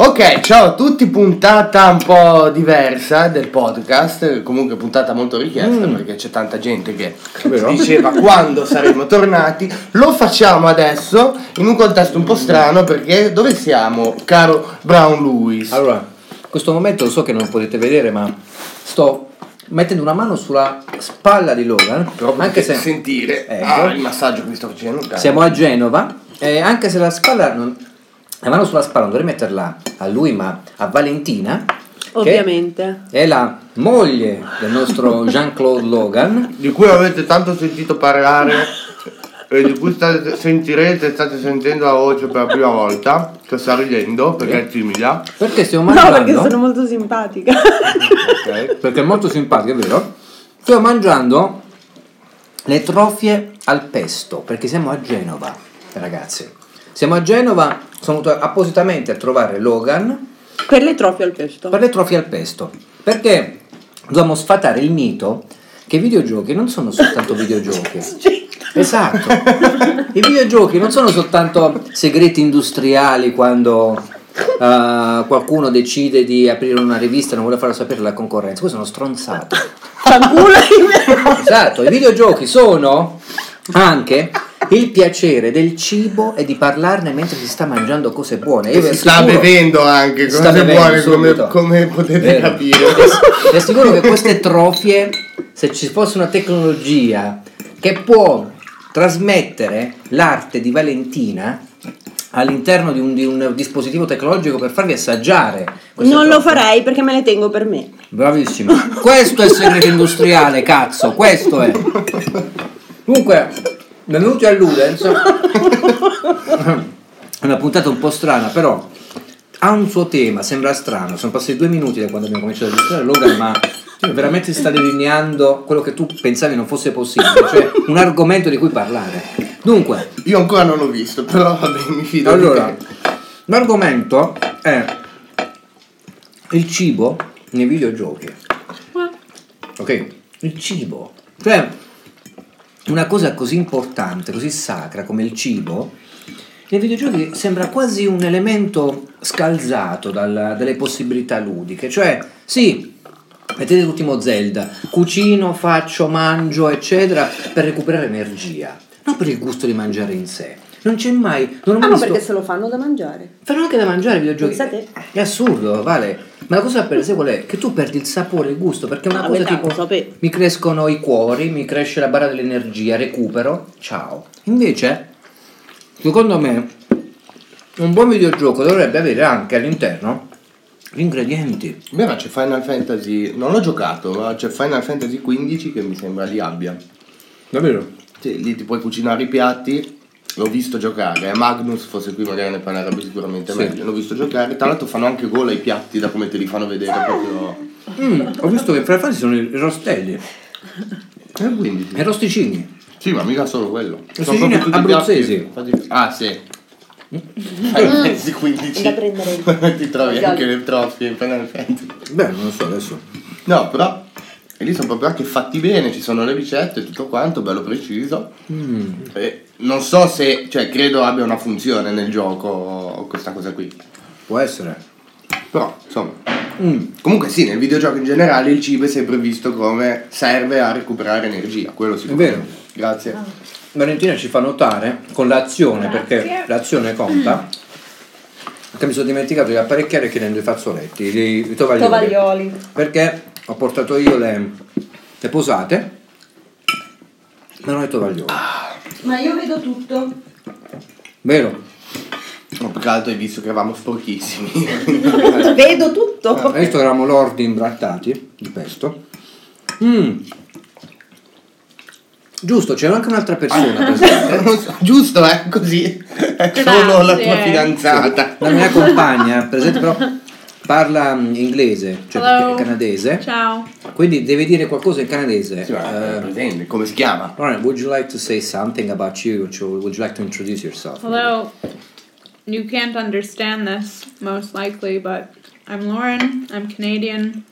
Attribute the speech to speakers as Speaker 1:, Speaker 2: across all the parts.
Speaker 1: Ok, ciao a tutti, puntata un po' diversa del podcast, comunque puntata molto richiesta
Speaker 2: Mm.
Speaker 1: perché c'è tanta gente che
Speaker 3: Vero?
Speaker 1: diceva quando saremmo tornati. Lo facciamo adesso in un contesto un po' strano perché dove siamo, caro Brown Lewis?
Speaker 3: Allora,
Speaker 2: In questo momento lo so che non potete vedere, ma sto mettendo una mano sulla spalla di Logan.
Speaker 1: Però
Speaker 2: anche
Speaker 1: potete
Speaker 2: se
Speaker 1: sentire
Speaker 2: Ecco.
Speaker 1: ah, il massaggio che mi sto facendo. dai.
Speaker 2: siamo a Genova, e anche se la spalla non. La mano sulla spalla non dovrei metterla a lui, ma a Valentina. che
Speaker 4: Ovviamente.
Speaker 2: È la moglie del nostro Jean-Claude Logan.
Speaker 1: di cui avete tanto sentito parlare e di cui state- sentirete, state sentendo la voce per la prima volta, che sta ridendo perché è timida.
Speaker 2: Perché stiamo
Speaker 4: No,
Speaker 2: mangiando.
Speaker 4: perché sono molto simpatica.
Speaker 1: Ok.
Speaker 2: perché è molto simpatico, è vero? Stiamo mangiando le trofie al pesto, perché siamo a Genova, ragazzi. Siamo a Genova, sono venuto appositamente a trovare Logan
Speaker 4: Quelle trofie al pesto.
Speaker 2: per le trofie al pesto, perché dobbiamo sfatare il mito che i videogiochi non sono soltanto videogiochi. Esatto, i videogiochi non sono soltanto segreti industriali quando eh, qualcuno decide di aprire una rivista e non vuole farlo sapere alla concorrenza, queste sono stronzate.
Speaker 4: Fanculo in
Speaker 2: Esatto, i videogiochi sono anche il piacere del cibo e di parlarne mentre si sta mangiando cose buone. Io vi
Speaker 1: si sta
Speaker 2: assicuro-
Speaker 1: bevendo anche
Speaker 2: si
Speaker 1: cose
Speaker 2: bevendo
Speaker 1: buone come,
Speaker 2: subito.
Speaker 1: come potete
Speaker 2: Vero.
Speaker 1: capire
Speaker 2: Vi ass- Vi assicuro che queste trofie, se ci fosse una tecnologia che può trasmettere l'arte di Valentina all'interno di un, di un dispositivo tecnologico per farvi assaggiare queste
Speaker 4: Non lo
Speaker 2: trofie.
Speaker 4: farei perché me le tengo per me.
Speaker 2: Bravissimo. Questo è il segreto industriale, cazzo, questo è. Comunque, benvenuti a Ludens. È una puntata un po' strana, però ha un suo tema, sembra strano. Sono passati due minuti da quando abbiamo cominciato a registrare Logan, ma veramente si sta delineando quello che tu pensavi non fosse possibile, cioè un argomento di cui parlare. Dunque,
Speaker 1: io ancora non l'ho visto però vabbè mi fido
Speaker 2: allora,
Speaker 1: di te.
Speaker 2: l'argomento è il cibo nei videogiochi. Ok? Il cibo. Cioè, una cosa così importante, così sacra come il cibo, nei videogiochi sembra quasi un elemento scalzato dal- dalle possibilità ludiche. Cioè, sì, mettete l'ultimo Zelda, cucino, faccio, mangio, eccetera, per recuperare energia, non per il gusto di mangiare in sé. Non c'è mai... Non ho mai
Speaker 4: Ah, ma
Speaker 2: visto-
Speaker 4: perché se lo fanno da mangiare?
Speaker 2: Fanno anche da mangiare i videogiochi.
Speaker 4: Pensate.
Speaker 2: È assurdo, vale. Ma la cosa per sé qual è? Che tu perdi il sapore, il gusto, perché è una
Speaker 4: Ah,
Speaker 2: cosa
Speaker 4: beh,
Speaker 2: tipo
Speaker 4: lo sapevo.
Speaker 2: mi crescono i cuori, mi cresce la barra dell'energia, recupero, ciao. Invece, secondo me, un buon videogioco dovrebbe avere anche all'interno gli ingredienti.
Speaker 1: beh ma c'è Final Fantasy non l'ho giocato ma c'è Final Fantasy 15 che mi sembra li abbia
Speaker 2: Davvero?
Speaker 1: Sì, lì ti puoi cucinare i piatti l'ho visto giocare eh, Magnus fosse qui magari ne parlerebbe sicuramente
Speaker 2: Sì.
Speaker 1: meglio l'ho visto giocare tra l'altro fanno anche gola i piatti da come te li fanno vedere proprio
Speaker 2: Ah. ho visto che fra i fan ci sono i rostelli,
Speaker 1: e quindi
Speaker 2: i rosticini.
Speaker 1: sì ma mica solo quello
Speaker 2: cucine
Speaker 1: proprio tutti
Speaker 2: abruzzesi.
Speaker 1: piatti fatti- ah sì Final Fantasy 15
Speaker 4: Mm. Da prendere il-
Speaker 1: ti trovi anche le trofie in Final Fantasy.
Speaker 2: Beh, non lo so adesso.
Speaker 1: No, però e lì sono proprio anche fatti bene, ci sono le ricette e tutto quanto, bello preciso.
Speaker 2: Mm.
Speaker 1: E non so se, cioè, credo abbia una funzione nel gioco questa cosa qui.
Speaker 2: Può essere.
Speaker 1: Però, insomma.
Speaker 2: Mm.
Speaker 1: Comunque sì, nel videogioco in generale il cibo è sempre visto come serve a recuperare energia, quello sicuramente.
Speaker 2: È vero.
Speaker 1: Grazie.
Speaker 4: Ah.
Speaker 2: Valentina ci fa notare con l'azione, perché l'azione conta, che mi sono dimenticato di apparecchiare chiedendo i fazzoletti, i, i tovaglioli,
Speaker 4: Tovaglioli.
Speaker 2: Perché ho portato io le, le posate, ma non i tovaglioli.
Speaker 4: Ma io vedo tutto.
Speaker 2: Vero?
Speaker 1: No, perché l'altro hai visto che eravamo sporchissimi.
Speaker 4: Vedo tutto.
Speaker 2: Hai visto che eravamo lordi imbrattati di pesto? Mm. Giusto, c'era anche un'altra persona presente.
Speaker 1: Non so, Giusto, eh? Così. È solo la tua
Speaker 5: Grazie.
Speaker 1: fidanzata.
Speaker 2: La mia compagna, presente però, parla mm, inglese, cioè perché
Speaker 5: Hello.
Speaker 2: è canadese.
Speaker 5: Ciao.
Speaker 2: Quindi deve dire qualcosa in canadese.
Speaker 1: Sì, ma, eh,
Speaker 2: Eh,
Speaker 1: presente, come si chiama?
Speaker 2: Lauren, would you like to say something about you? Or would you like to introduce yourself?
Speaker 5: Hello. You can't understand this, most likely, but I'm Lauren. I'm Canadian.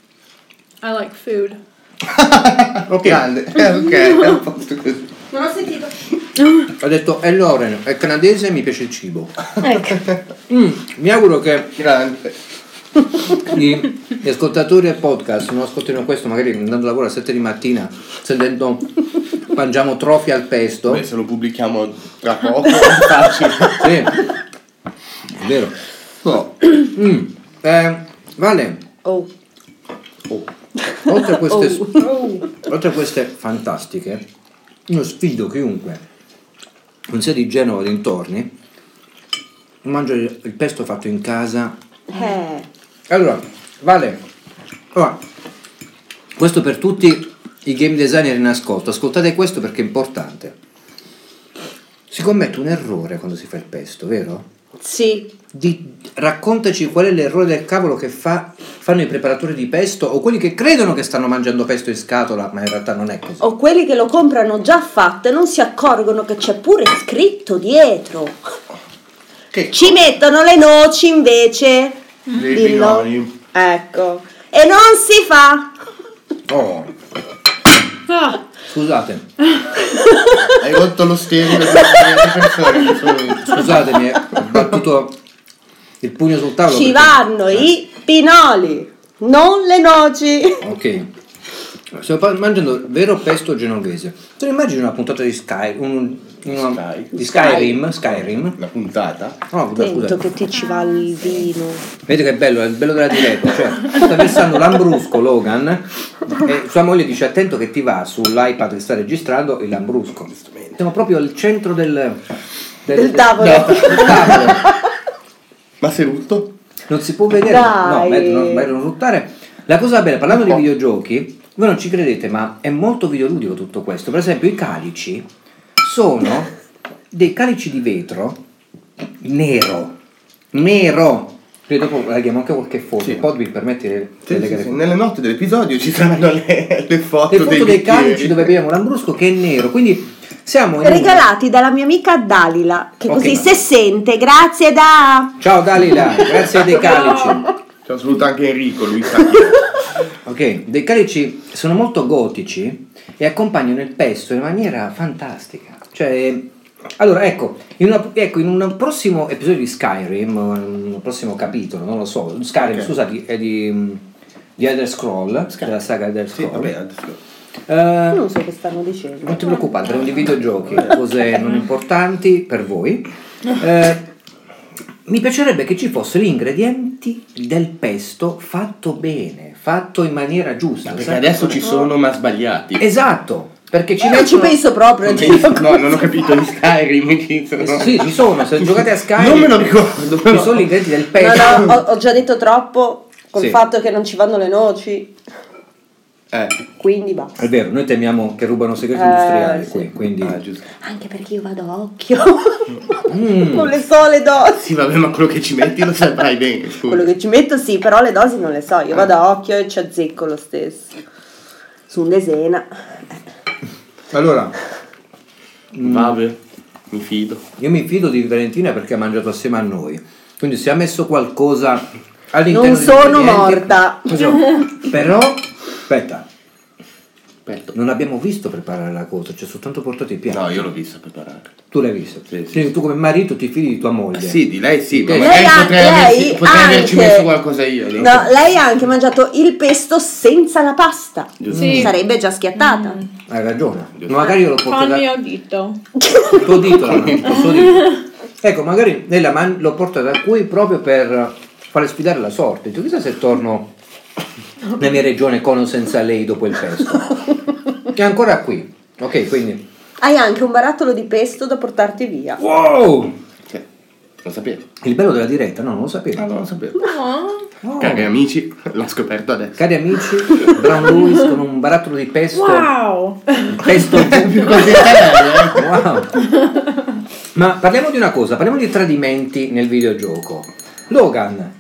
Speaker 5: I like food.
Speaker 1: Ok. Grande. Eh, ok, è un po' così.
Speaker 4: Non ho sentito.
Speaker 2: "Eh, Ho detto, è Lauren, è canadese e mi piace il cibo.
Speaker 4: Ecco.
Speaker 2: Mm, mi auguro che
Speaker 1: Grande.
Speaker 2: gli, gli ascoltatori del podcast non ascoltino questo, magari andando a lavoro alle 7 di mattina, sentendo mangiamo trofi al pesto.
Speaker 1: Beh, se lo pubblichiamo tra poco è facile.
Speaker 2: Sì, è vero.
Speaker 1: No.
Speaker 2: Mm, eh, vale,
Speaker 4: Oh.
Speaker 1: Oh.
Speaker 2: oltre a queste...
Speaker 4: Oh.
Speaker 2: Oltre a queste fantastiche, io sfido chiunque non sia di Genova o dintorni, mangio il il pesto fatto in casa.
Speaker 4: Eh.
Speaker 2: Allora, vale. Allora, questo per tutti i game designer in ascolto. Ascoltate questo perché è importante. Si commette un errore quando si fa il pesto, vero?
Speaker 4: Sì.
Speaker 2: Di- raccontaci qual è l'errore del cavolo che fa- fanno i preparatori di pesto o quelli che credono che stanno mangiando pesto in scatola, ma in realtà non è così.
Speaker 4: O quelli che lo comprano già fatto e non si accorgono che c'è pure scritto dietro.
Speaker 1: Che
Speaker 4: Ci mettono le noci invece.
Speaker 1: Dei
Speaker 4: Dillo.
Speaker 1: pinoli.
Speaker 4: Ecco. E non si fa.
Speaker 2: Oh.
Speaker 5: Ah,
Speaker 2: Scusate,
Speaker 1: Hai rotto lo stereo per le persone che sono-
Speaker 2: scusatemi, eh, ho battuto il pugno sul tavolo.
Speaker 4: Ci
Speaker 2: perché-
Speaker 4: vanno i
Speaker 2: Eh.
Speaker 4: pinoli, non le noci.
Speaker 2: Ok. Sto pa- mangiando vero pesto genovese. Te ne immagini una puntata di Sky, un- una-
Speaker 1: Sky.
Speaker 2: di Skyrim? Skyrim?
Speaker 1: La puntata.
Speaker 2: No, scusa,
Speaker 4: Attento
Speaker 2: scusa.
Speaker 4: che ti ci va il vino.
Speaker 2: Vedete che bello, è il bello della diretta. Cioè, sta versando l'ambrusco Logan e sua moglie dice attento che ti va sull'iPad che sta registrando il lambrusco. Siamo proprio al centro del... del-
Speaker 4: Del tavolo.
Speaker 2: del tavolo.
Speaker 1: Ma sei rotto?
Speaker 2: Non si può vedere,
Speaker 4: Dai.
Speaker 2: no, meglio non, meglio non ruttare. La cosa bella, parlando di
Speaker 1: Un po'.
Speaker 2: videogiochi, voi non ci credete, ma è molto videoludico tutto questo. Per esempio, i calici sono dei calici di vetro nero, nero. Poi dopo leghiamo anche qualche foto.
Speaker 1: Sì.
Speaker 2: Poi vi permette di
Speaker 1: Sì, sì,
Speaker 2: legare
Speaker 1: sì. Nelle note dell'episodio ci saranno le, le foto,
Speaker 2: le foto dei
Speaker 1: bicchieri.
Speaker 2: calici dove abbiamo l'ambrusco che è nero. Quindi siamo in una-
Speaker 4: Regalati dalla mia amica Dalila, che
Speaker 2: Ok,
Speaker 4: così
Speaker 2: ma-
Speaker 4: se sente, grazie da...
Speaker 2: Ciao Dalila, grazie dei calici.
Speaker 1: Ciao, saluta anche Enrico, lui sa.
Speaker 2: Ok, dei calici sono molto gotici e accompagnano il pesto in maniera fantastica. Cioè, allora ecco, in, una- ecco, in un prossimo episodio di Skyrim, o in un prossimo capitolo, non lo so, Skyrim,
Speaker 1: Ok.
Speaker 2: scusate, è di, di Elder Scroll,
Speaker 1: Skyrim.
Speaker 2: della saga Elder
Speaker 1: Sì,
Speaker 2: Scroll.
Speaker 1: vabbè, adesso.
Speaker 2: Eh,
Speaker 4: Non so che stanno dicendo.
Speaker 2: non ti preoccupare, parliamo di videogiochi, cose non importanti per voi. Eh, mi piacerebbe che ci fossero gli ingredienti del pesto fatto bene, fatto in maniera giusta.
Speaker 1: Perché
Speaker 2: sai?
Speaker 1: adesso ci sono, ma sbagliati.
Speaker 2: Esatto, perché ci
Speaker 4: Eh, non ci
Speaker 2: mettono...
Speaker 4: penso proprio.
Speaker 1: Penso- no, non ho capito di Skyrim. ci sono-
Speaker 2: Eh, Sì, ci sono, se giocate a Skyrim...
Speaker 1: Non me lo ricordo,
Speaker 2: Ci
Speaker 1: però.
Speaker 2: sono gli ingredienti del pesto.
Speaker 4: No, no, ho, ho già detto troppo col
Speaker 2: Sì.
Speaker 4: fatto che non ci vanno le noci,
Speaker 1: Eh,
Speaker 4: quindi basta.
Speaker 2: È vero, noi temiamo che rubano segreti
Speaker 4: Eh,
Speaker 2: industriali
Speaker 4: sì.
Speaker 2: qui, quindi...
Speaker 1: ah, giusto.
Speaker 4: Anche perché io vado a occhio,
Speaker 2: Mm.
Speaker 4: non le so le dosi.
Speaker 1: Sì, vabbè, ma quello che ci metti lo saprai bene. scusa.
Speaker 4: Quello che ci metto sì, però le dosi non le so, io
Speaker 1: Ah.
Speaker 4: vado a occhio e ci azzecco lo stesso. Su un desena.
Speaker 2: Allora,
Speaker 1: Mm. Vabbè, mi fido.
Speaker 2: io mi fido di Valentina perché ha mangiato assieme a noi, quindi se ha messo qualcosa all'interno...
Speaker 4: Non
Speaker 2: degli
Speaker 4: sono
Speaker 2: ingredienti-
Speaker 4: morta.
Speaker 2: Esatto. Però, aspetta,
Speaker 1: Aspetta.
Speaker 2: non abbiamo visto preparare la cosa, ci ha soltanto portato i piatti.
Speaker 1: No, io l'ho vista preparare.
Speaker 2: Tu l'hai visto?
Speaker 1: Sì, sì,
Speaker 2: Quindi tu come marito ti fidi di tua moglie.
Speaker 1: Eh, Sì, di lei sì, ma
Speaker 2: Lei
Speaker 1: magari
Speaker 4: ha-
Speaker 1: potrei, averci,
Speaker 4: lei
Speaker 1: potrei averci
Speaker 4: anche-
Speaker 1: messo qualcosa io. lì.
Speaker 4: No, lei ha anche mangiato il pesto senza la pasta. Mm.
Speaker 1: Giusto.
Speaker 5: Sì.
Speaker 4: Sarebbe già schiattata.
Speaker 2: Hai ragione. Magari io l'ho
Speaker 5: con
Speaker 2: portato...
Speaker 5: il mio dito.
Speaker 2: Il tuo dito, l'ha detto, il suo dito. Ecco, magari lei la man- l'ho portata qui proprio per fare sfidare la sorte. Tu chissà se torno nella mia regione con o senza lei dopo il pesto. Che è ancora qui. Ok, quindi.
Speaker 4: Hai anche un barattolo di pesto da portarti via.
Speaker 2: Wow!
Speaker 1: Sì, Cioè, Lo sapevo.
Speaker 2: Il bello della diretta, no, non lo sapevo.
Speaker 1: No, non lo sapevo.
Speaker 5: Oh,
Speaker 2: Wow.
Speaker 1: Cari amici, l'ho scoperto adesso.
Speaker 2: Cari amici, Brown Lewis con un barattolo di pesto.
Speaker 5: wow!
Speaker 2: Pesto
Speaker 1: Più così è eh.
Speaker 2: ecco, Wow. Ma parliamo di una cosa, parliamo di tradimenti nel videogioco. Logan,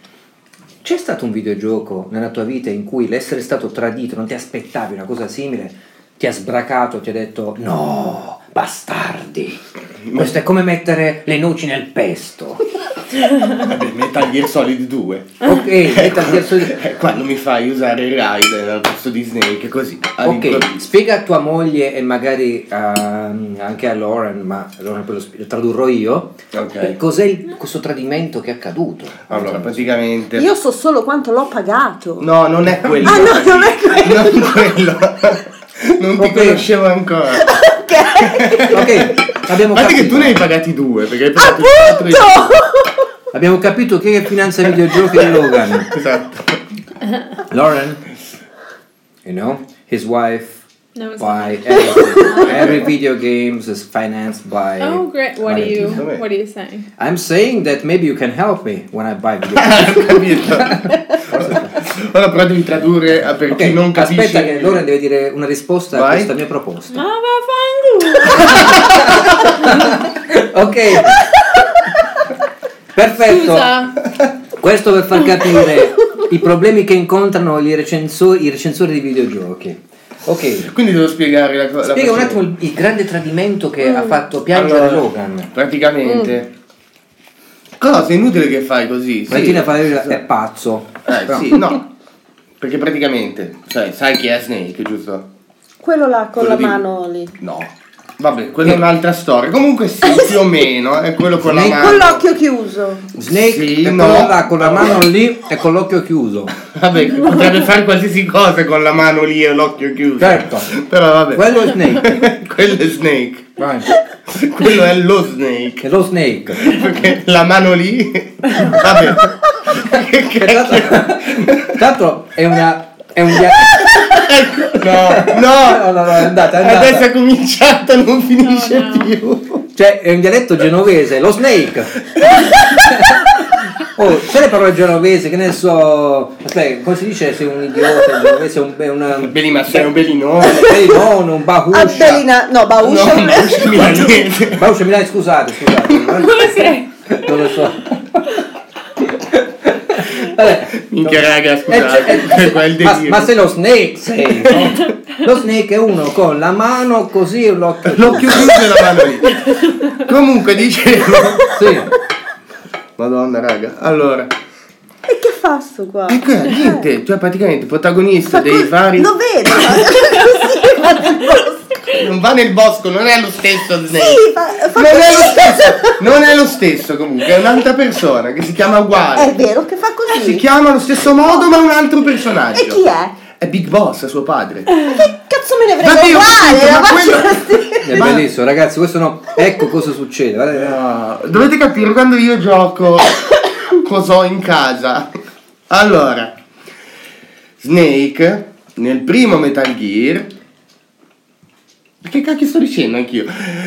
Speaker 2: c'è stato un videogioco nella tua vita in cui l'essere stato tradito, non ti aspettavi una cosa simile, ti ha sbracato, ti ha detto no, bastardi. Questo è come mettere le noci nel pesto.
Speaker 1: Vabbè, Metal Gear Solid 2.
Speaker 2: Ok, Metal Gear Solid-
Speaker 1: Eh, Quando mi fai usare il Raiden al posto di Snake, così.
Speaker 2: Ok,
Speaker 1: all'improvviso.
Speaker 2: spiega a tua moglie e magari ehm, anche a Lauren, ma Lauren poi lo sp- lo tradurrò io.
Speaker 1: Ok.
Speaker 2: Cos'è il- questo tradimento che è accaduto?
Speaker 1: Allora, praticamente.
Speaker 4: Io so solo quanto l'ho pagato.
Speaker 1: No, non è quello.
Speaker 4: Ah, no, non è quello.
Speaker 1: Non quello. Non ti
Speaker 2: Ok.
Speaker 1: conoscevo ancora.
Speaker 4: Ok.
Speaker 2: Ok, abbiamo
Speaker 1: Guarda che tu
Speaker 2: capito,
Speaker 1: ne hai pagati due, perché hai pagato il
Speaker 4: Appunto!
Speaker 1: quattro
Speaker 2: abbiamo capito chi è che finanzia i videogiochi di Logan.
Speaker 1: e- Esatto.
Speaker 2: Lauren, you know, his wife
Speaker 5: No, it's
Speaker 2: buy everything. every video games is financed by.
Speaker 5: Oh great! What are
Speaker 2: by-
Speaker 5: you?
Speaker 1: Come?
Speaker 5: What are you saying?
Speaker 2: I'm saying that maybe you can help me when I buy video. games.
Speaker 1: Ho capito. Ora però devi tradurre a per chi
Speaker 2: Ok,
Speaker 1: non capisce.
Speaker 2: aspetta che Lauren deve dire una risposta a
Speaker 1: Vai.
Speaker 2: questa mia proposta.
Speaker 5: Ma vaffanculo!
Speaker 2: Ok. Perfetto.
Speaker 5: Scusa.
Speaker 2: Questo per far capire i problemi che incontrano gli recensori, i recensori di videogiochi. Ok.
Speaker 1: Quindi devo spiegare la cosa.
Speaker 2: Spiega un attimo il, il grande tradimento che ha fatto piangere
Speaker 1: Allora,
Speaker 2: Logan. Mm.
Speaker 1: Praticamente. Cosa? È inutile che fai così. sì.
Speaker 2: Valentina Favela è pazzo.
Speaker 1: Eh,
Speaker 2: Però-
Speaker 1: sì, no. Perché praticamente, cioè, sai chi è Snake, giusto?
Speaker 4: Quello là con
Speaker 1: Quello
Speaker 4: la
Speaker 1: di-
Speaker 4: mano lì.
Speaker 1: No. Vabbè, quella è un'altra storia. Comunque sì, più o meno, è quello con la
Speaker 2: Snake-
Speaker 1: mano.
Speaker 4: Con l'occhio chiuso.
Speaker 2: Snake
Speaker 1: Sì,
Speaker 2: è
Speaker 1: no.
Speaker 2: quello là con la mano lì e con l'occhio chiuso.
Speaker 1: Vabbè, potrebbe fare qualsiasi cosa con la mano lì e l'occhio chiuso.
Speaker 2: Certo.
Speaker 1: Però vabbè.
Speaker 2: Quello è Snake.
Speaker 1: quello è Snake.
Speaker 2: Vai.
Speaker 1: Quello è lo Snake.
Speaker 2: È lo Snake.
Speaker 1: Perché la mano lì. Vabbè.
Speaker 2: Che Tanto, tanto è una... È un dia-
Speaker 1: No, no.
Speaker 2: No, no, no, è andata, è andata.
Speaker 1: Adesso è cominciata, non finisce
Speaker 5: No, no.
Speaker 1: più.
Speaker 2: Cioè, è un dialetto genovese, lo snake. Oh, c'è le parole genovese, che ne so... Aspetta, come si dice se un idiota genovese è un... È una...
Speaker 1: Belli, ma sei un bellinone.
Speaker 2: Bellinone, un bahuscia.
Speaker 4: Abbellina. No, Bauscia.
Speaker 1: No, non milanese.
Speaker 2: Bahuscia, mi dai, scusate, scusate.
Speaker 5: Come sei?
Speaker 2: Non lo so. Vabbè.
Speaker 1: Minchia raga, scusate, Cioè,
Speaker 2: Eh, c'è- eh,
Speaker 1: qua è il
Speaker 2: ma,
Speaker 1: delirio.
Speaker 2: ma se lo snake sei, no? Lo snake è uno con la mano così e l'occhio.
Speaker 1: L'occhio chiuso e la mano lì. Comunque dicevo.
Speaker 2: Sì.
Speaker 1: Madonna raga. Allora.
Speaker 4: E che fa sto qua?
Speaker 1: Ecco, niente, cioè praticamente protagonista dei vari.
Speaker 4: Lo vedo. Così va nel bosco.
Speaker 1: Non va nel bosco, non è lo stesso Snake.
Speaker 4: Sì, fa- fa
Speaker 1: Non è lo
Speaker 4: così.
Speaker 1: stesso, non è lo stesso comunque, è un'altra persona che si chiama
Speaker 4: È
Speaker 1: uguale.
Speaker 4: vero che fa così.
Speaker 1: Si chiama allo stesso modo ma è un altro personaggio.
Speaker 4: E chi è?
Speaker 1: È Big Boss, suo padre.
Speaker 4: Che cazzo me ne frega
Speaker 1: Vabbè, ho
Speaker 4: uguale?
Speaker 1: capito,
Speaker 4: la
Speaker 1: ma
Speaker 4: faccio
Speaker 1: quello- Eh,
Speaker 4: così.
Speaker 2: È bellissimo, ragazzi, questo no. Ecco cosa succede. guardate.
Speaker 1: Ah, dovete capire quando io gioco cosa ho in casa. Allora, Snake nel primo Metal Gear. Che cacchio sto dicendo anch'io?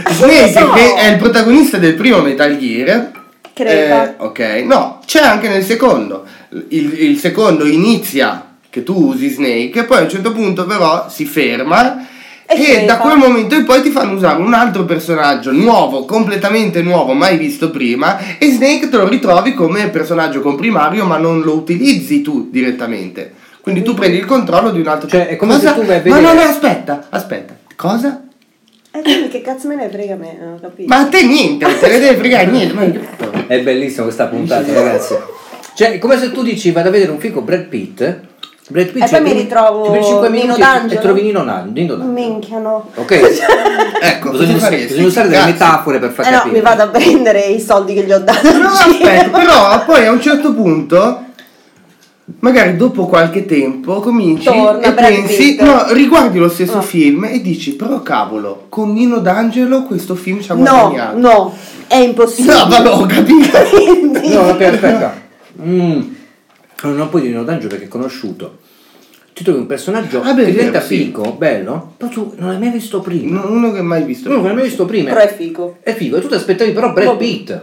Speaker 1: Snake
Speaker 4: so.
Speaker 1: che è il protagonista del primo Metal Gear.
Speaker 4: Crepa.
Speaker 1: eh, ok, no, c'è anche nel secondo. Il, il secondo inizia che tu usi Snake, poi a un certo punto però si ferma
Speaker 4: E
Speaker 1: e da
Speaker 4: crepa.
Speaker 1: quel momento in poi ti fanno usare un altro personaggio nuovo, completamente nuovo, mai visto prima, e Snake te lo ritrovi come personaggio comprimario, ma non lo utilizzi tu direttamente. Quindi tu prendi il controllo di un altro
Speaker 2: Cioè, è come
Speaker 1: Cosa?
Speaker 2: se tu vai a
Speaker 1: Ma
Speaker 2: vedere-
Speaker 1: no, no, aspetta, aspetta. Cosa?
Speaker 4: E quindi Eh, che cazzo me ne frega a me? Non ho capito.
Speaker 1: Ma a te niente, non te ne deve fregare niente. Ma...
Speaker 2: È bellissima questa puntata, ragazzi. Cioè, è come se tu dici vado a vedere un fico Brad Pitt. Brad Pitt
Speaker 4: E
Speaker 2: cioè,
Speaker 4: poi mi
Speaker 2: tu-
Speaker 4: ritrovo
Speaker 2: ti prendi cinque
Speaker 4: Nino
Speaker 2: minuti e-
Speaker 4: D'Angelo. Cioè,
Speaker 2: e trovi Nino Nan- Nino D'Angelo.
Speaker 4: Minchia no.
Speaker 2: Ok?
Speaker 1: Ecco,
Speaker 2: Bisogna,
Speaker 1: cosa
Speaker 2: usare-
Speaker 1: faresti?
Speaker 2: bisogna usare delle
Speaker 1: Cazzo.
Speaker 2: metafore per far
Speaker 4: Eh no,
Speaker 2: capire.
Speaker 4: mi vado a prendere i soldi che gli ho dato.
Speaker 1: Però aspetta, però poi a un certo punto, magari dopo qualche tempo, cominci
Speaker 4: Torna
Speaker 1: e
Speaker 4: Brad
Speaker 1: pensi,
Speaker 4: Pitt. Ah.
Speaker 1: no, riguardi lo stesso
Speaker 4: No.
Speaker 1: film e dici, però cavolo, con Nino D'Angelo questo film ci ha
Speaker 4: No,
Speaker 1: guadagnato.
Speaker 4: no, è impossibile.
Speaker 1: No, vabbè, ho capito.
Speaker 4: Quindi-
Speaker 2: No, aspetta, aspetta. Mm. Allora, Non puoi dire no d'angelo perché è conosciuto. Ti trovi un personaggio
Speaker 1: Ah, beh,
Speaker 2: che
Speaker 1: è
Speaker 2: diventa
Speaker 1: vero, sì.
Speaker 2: figo, bello, però tu non l'hai mai visto prima.
Speaker 1: No, Uno che mai visto.
Speaker 2: Tu non l'hai mai visto prima.
Speaker 4: Mm. Però è figo.
Speaker 2: È figo, e tu ti aspettavi però Brad
Speaker 4: No.
Speaker 2: Pitt.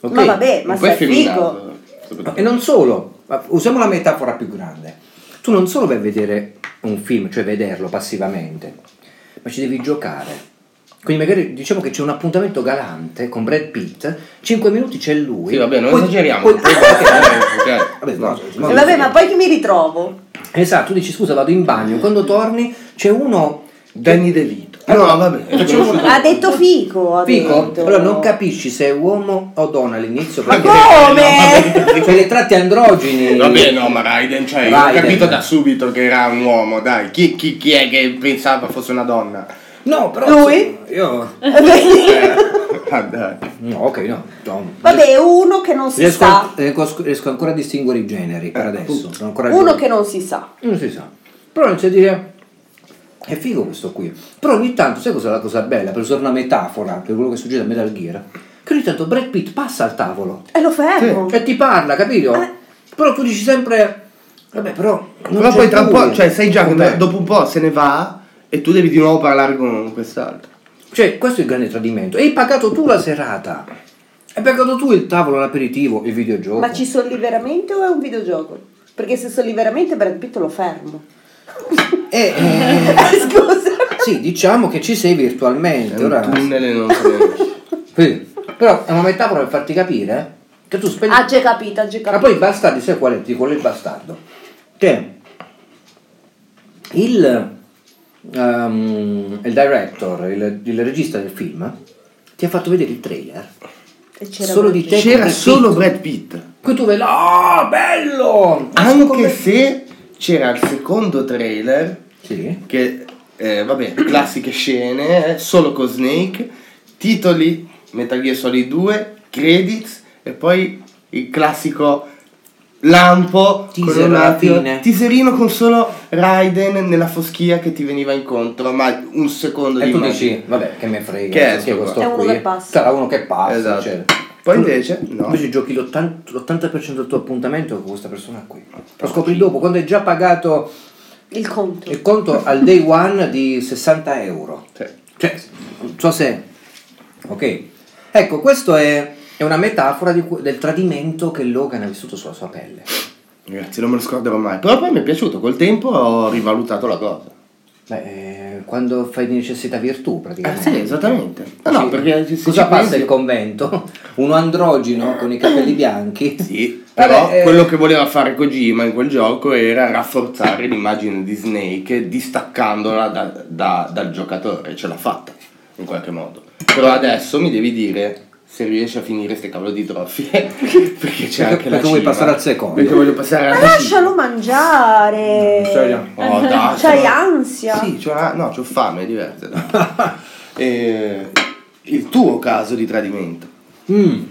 Speaker 2: ok?
Speaker 4: Ma vabbè, ma
Speaker 1: Poi è
Speaker 4: se è figo.
Speaker 1: femminato.
Speaker 2: E non solo, ma usiamo la metafora più grande. Tu non solo vai a vedere un film, cioè vederlo passivamente, ma ci devi giocare. Quindi magari diciamo che c'è un appuntamento galante con Brad Pitt, 5 minuti c'è lui.
Speaker 1: Sì, vabbè, non
Speaker 2: poi-
Speaker 1: esageriamo.
Speaker 2: poi-
Speaker 1: Poi- eh,
Speaker 2: Vabbè, no, no,
Speaker 4: E vabbè, ma poi che mi ritrovo?
Speaker 2: Esatto, tu dici scusa vado in bagno, quando torni c'è uno...
Speaker 1: Danny DeVito. No, vabbè.
Speaker 4: Ha detto fico. Ha
Speaker 2: Fico,
Speaker 4: detto.
Speaker 2: però non capisci se è uomo o donna all'inizio.
Speaker 1: Ma
Speaker 2: perché-
Speaker 4: Come?
Speaker 2: Perché le tratti androgeni.
Speaker 1: Vabbè, no, ma Raiden, cioè, io ho
Speaker 2: Raiden.
Speaker 1: capito da subito che era un uomo, dai. Chi, chi- chi è che pensava fosse una donna?
Speaker 2: No, però.
Speaker 4: Lui?
Speaker 2: Io.
Speaker 1: Ah, dai.
Speaker 2: No, ok, no. no.
Speaker 4: Vabbè, uno che non si
Speaker 2: Riesco,
Speaker 4: sa.
Speaker 2: riesco- riesco ancora a distinguere i generi per
Speaker 1: Eh,
Speaker 2: adesso.
Speaker 1: appunto.
Speaker 2: Sono ancora
Speaker 4: Uno
Speaker 2: giovane.
Speaker 4: che non si sa.
Speaker 2: Non si sa. Però non c'è dire. È figo questo qui. Però ogni tanto, sai cos'è la cosa bella? Per usare una metafora, per quello che succede a Metal Gear, che ogni tanto Brad Pitt passa al tavolo
Speaker 4: E lo fermo.
Speaker 2: e ti parla, capito?
Speaker 4: Eh.
Speaker 2: Però tu dici sempre. Vabbè, però. non
Speaker 1: Però
Speaker 2: c'è
Speaker 1: poi tra un po',
Speaker 2: lui."
Speaker 1: cioè, sai già che
Speaker 2: Vabbè.
Speaker 1: dopo un po' se ne va e tu devi di nuovo parlare con quest'altro.
Speaker 2: Cioè, questo è il grande tradimento. E hai pagato tu la serata. Hai pagato tu il tavolo, l'aperitivo, il videogioco.
Speaker 4: Ma ci sono liberamente o è un videogioco? Perché se sono liberamente Brad Pitt lo fermo.
Speaker 2: Eh, eh,
Speaker 4: Scusa.
Speaker 2: sì, diciamo che ci sei virtualmente.
Speaker 1: È un
Speaker 2: Ora.
Speaker 1: tunnel e non so.
Speaker 2: Sì. Però è una metafora per farti capire eh, che tu spegni.
Speaker 4: Ah, già capito, ha già
Speaker 2: Ma
Speaker 4: capito.
Speaker 2: poi i bastardi, sai qual è? Ti dico il bastardo. Che il, ehm, il director, il, il regista del film, ti ha fatto vedere il trailer.
Speaker 4: E c'era
Speaker 2: solo
Speaker 4: Brad
Speaker 2: di
Speaker 4: Pitt.
Speaker 2: te.
Speaker 1: C'era
Speaker 2: Brad
Speaker 1: solo
Speaker 2: Pitt.
Speaker 1: Brad Pitt.
Speaker 2: Qui tu vedi, oh, bello! Ah,
Speaker 1: Anche se c'era il secondo trailer
Speaker 2: Sì.
Speaker 1: che eh, vabbè, classiche scene, eh, solo con Snake, titoli Metal Gear Solid 2, credits e poi il classico lampo
Speaker 2: Teaser
Speaker 1: con un
Speaker 2: alla
Speaker 1: attimo-
Speaker 2: fine.
Speaker 1: teaserino con solo Raiden nella foschia che ti veniva incontro, ma un secondo
Speaker 2: E
Speaker 1: di
Speaker 2: tu
Speaker 1: immagine.
Speaker 2: dici, vabbè, che me frega,
Speaker 1: Che è
Speaker 2: perché
Speaker 1: sto
Speaker 2: questo
Speaker 4: qua? È uno
Speaker 2: qui
Speaker 4: che passa.
Speaker 2: Sarà uno che passa,
Speaker 1: Esatto.
Speaker 2: eccetera.
Speaker 1: Poi
Speaker 2: "Ah, certo." Tu-
Speaker 1: invece, no.
Speaker 2: Invece giochi l'80%, del tuo appuntamento con questa persona qui. Lo scopri dopo, quando hai già pagato
Speaker 4: Il conto.
Speaker 2: il conto al day one di 60 euro.
Speaker 1: Cioè,
Speaker 2: Cioè, non so se... Ok. Ecco, questo è, è una metafora di que- del tradimento che Logan ha vissuto sulla sua pelle.
Speaker 1: ragazzi, non me lo scorderò mai. Però poi mi è piaciuto, col tempo ho rivalutato la cosa.
Speaker 2: Beh, eh, quando fai di necessità virtù,
Speaker 1: Eh
Speaker 2: praticamente.
Speaker 1: sì, esattamente. No, no,
Speaker 2: Sì.
Speaker 1: perché se ci
Speaker 2: cosa passa
Speaker 1: pensi-
Speaker 2: il convento? Uno androgeno con i capelli bianchi.
Speaker 1: Sì,
Speaker 2: Vabbè,
Speaker 1: però
Speaker 2: eh,
Speaker 1: quello che voleva fare Kojima in quel gioco era rafforzare l'immagine di Snake distaccandola da- da- dal giocatore, ce l'ha fatta in qualche modo. Però adesso mi devi dire se riesci a finire queste cavolo di trofie perché c'è anche la
Speaker 2: perché vuoi
Speaker 1: cima.
Speaker 2: passare al secondo.
Speaker 1: Perché voglio passare
Speaker 4: Ma
Speaker 1: al
Speaker 4: lascialo mangiare.
Speaker 1: Oh, dai,
Speaker 4: C'hai
Speaker 1: sono-
Speaker 4: ansia.
Speaker 1: Sì, c'ho una- no, c'ho fame, è diverso. dai. Eh, il tuo caso di tradimento.
Speaker 2: Mm.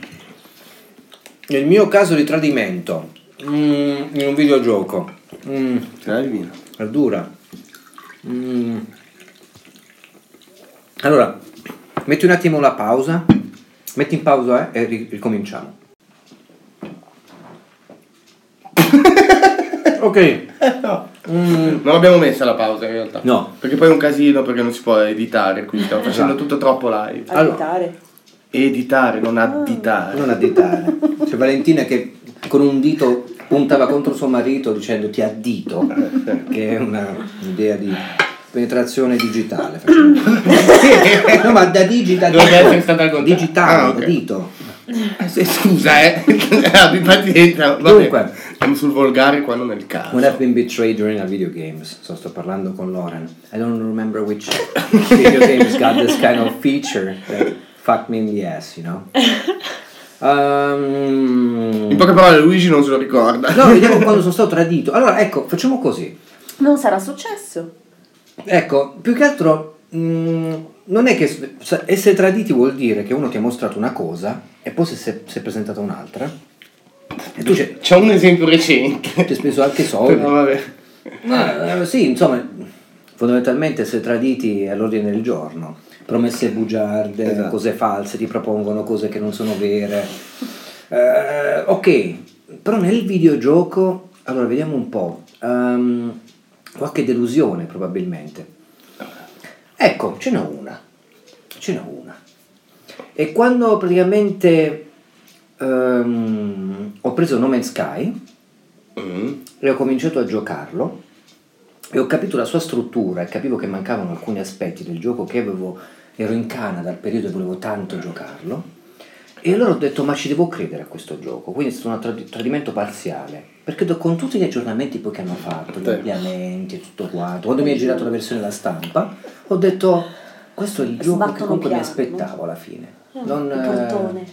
Speaker 2: Nel mio caso di tradimento, mm, in un videogioco, mm,
Speaker 1: Ce l'hai il vino?
Speaker 2: è dura. Mm. Allora, metti un attimo la pausa, metti in pausa eh, e ri- ricominciamo. ok.
Speaker 1: Non l'abbiamo messa la pausa in realtà.
Speaker 2: No. Esatto.
Speaker 1: Perché poi è un casino perché non si può editare, quindi stiamo facendo tutto troppo live.
Speaker 2: Allora.
Speaker 4: Abitare.
Speaker 1: Editare, non additare.
Speaker 2: Non additare. C'è Valentina che con un dito puntava contro suo marito dicendo ti addito, che è una idea di penetrazione digitale. no, ma da digita
Speaker 1: Dovrebbe essere stata al contrario.
Speaker 2: digitale,
Speaker 1: Ah, ok.
Speaker 2: da dito.
Speaker 1: Eh, se- scusa, eh. Abbi pazienza. Vabbè.
Speaker 2: Dunque.
Speaker 1: Siamo sul volgare quando nel caso.
Speaker 2: When I've been betrayed during a video games. So sto parlando con Lauren. I don't remember which video games got this kind of feature that fucked me in the ass, you know. Um,
Speaker 1: In poche parole Luigi non se lo ricorda.
Speaker 2: No, vediamo quando sono stato tradito. Allora, ecco, facciamo così.
Speaker 4: Non sarà successo.
Speaker 2: Ecco, più che altro mh, non è che s- sa- essere traditi vuol dire che uno ti ha mostrato una cosa e poi se- se- si è presentata un'altra e tu ci
Speaker 1: C'è un esempio recente.
Speaker 2: ci hai speso anche soldi.
Speaker 1: Però vabbè.
Speaker 2: Ma eh, sì, insomma, fondamentalmente essere traditi è all'ordine del giorno. Promesse bugiarde,
Speaker 1: Esatto.
Speaker 2: cose false, ti propongono cose che non sono vere. Eh, ok, però nel videogioco, allora vediamo un po', ehm, qualche delusione probabilmente. Ecco, ce n'è una, ce n'è una. E quando praticamente ehm, ho preso No Man's Sky,
Speaker 1: Mm.
Speaker 2: e ho cominciato a giocarlo e ho capito la sua struttura e capivo che mancavano alcuni aspetti del gioco che avevo ero in Canada al periodo e volevo tanto giocarlo e allora ho detto ma ci devo credere a questo gioco quindi è stato un trad- tradimento parziale perché do- con tutti gli aggiornamenti poi che hanno fatto gli
Speaker 1: Sì.
Speaker 2: ampliamenti e tutto quanto quando mi ha girato la versione da stampa ho detto Questo è il gioco che
Speaker 3: Sbattono
Speaker 2: comunque mi
Speaker 3: piano.
Speaker 2: aspettavo alla fine. Non,
Speaker 3: il
Speaker 2: eh,
Speaker 3: portone.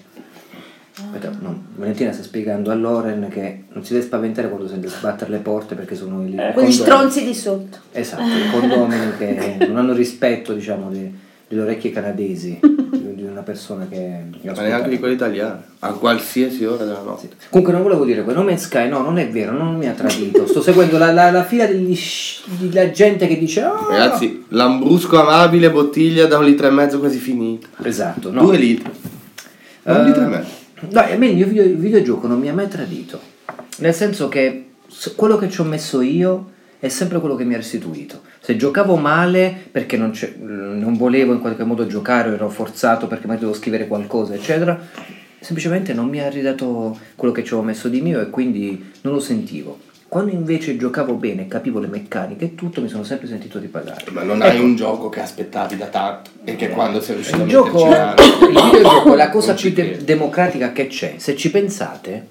Speaker 2: Aspetta, no, Valentina sta spiegando a Loren che non si deve spaventare quando sente sbattere le porte perché
Speaker 1: Eh,
Speaker 2: sono i
Speaker 3: Quegli
Speaker 2: condomini-
Speaker 3: stronzi di sotto.
Speaker 2: Esatto, i condomini che non hanno rispetto, diciamo, di- delle orecchie canadesi di di una persona che...
Speaker 1: Ma neanche di quella italiana. A qualsiasi ora della notte.
Speaker 2: Comunque non volevo dire quello, No Man's Sky, no, non è vero, non mi ha tradito. Sto seguendo la, la, la fila degli sci- della gente che dice... "Ah!"
Speaker 1: Ragazzi, lambrusco amabile, bottiglia da un litro e mezzo quasi finita.
Speaker 2: Esatto, no.
Speaker 1: Due litri. Un
Speaker 2: Eh,
Speaker 1: litro e mezzo.
Speaker 2: No, a me il mio video- il videogioco non mi ha mai tradito. Nel senso che s- quello che ci ho messo io è sempre quello che mi ha restituito. Se giocavo male perché non, c'è- non volevo in qualche modo giocare, ero forzato perché magari dovevo scrivere qualcosa, eccetera, semplicemente non mi ha ridato quello che ci avevo messo di mio e quindi non lo sentivo. Quando invece giocavo bene, capivo le meccaniche e tutto, mi sono sempre sentito di pagare.
Speaker 1: Ma non hai un gioco che aspettavi da tanto e che quando sei riuscito a
Speaker 2: Ecco. Il
Speaker 1: metterci
Speaker 2: gioco, il
Speaker 1: mano-
Speaker 2: videogioco è la cosa
Speaker 1: Non ci
Speaker 2: più de-
Speaker 1: credo.
Speaker 2: democratica che c'è. Se ci pensate,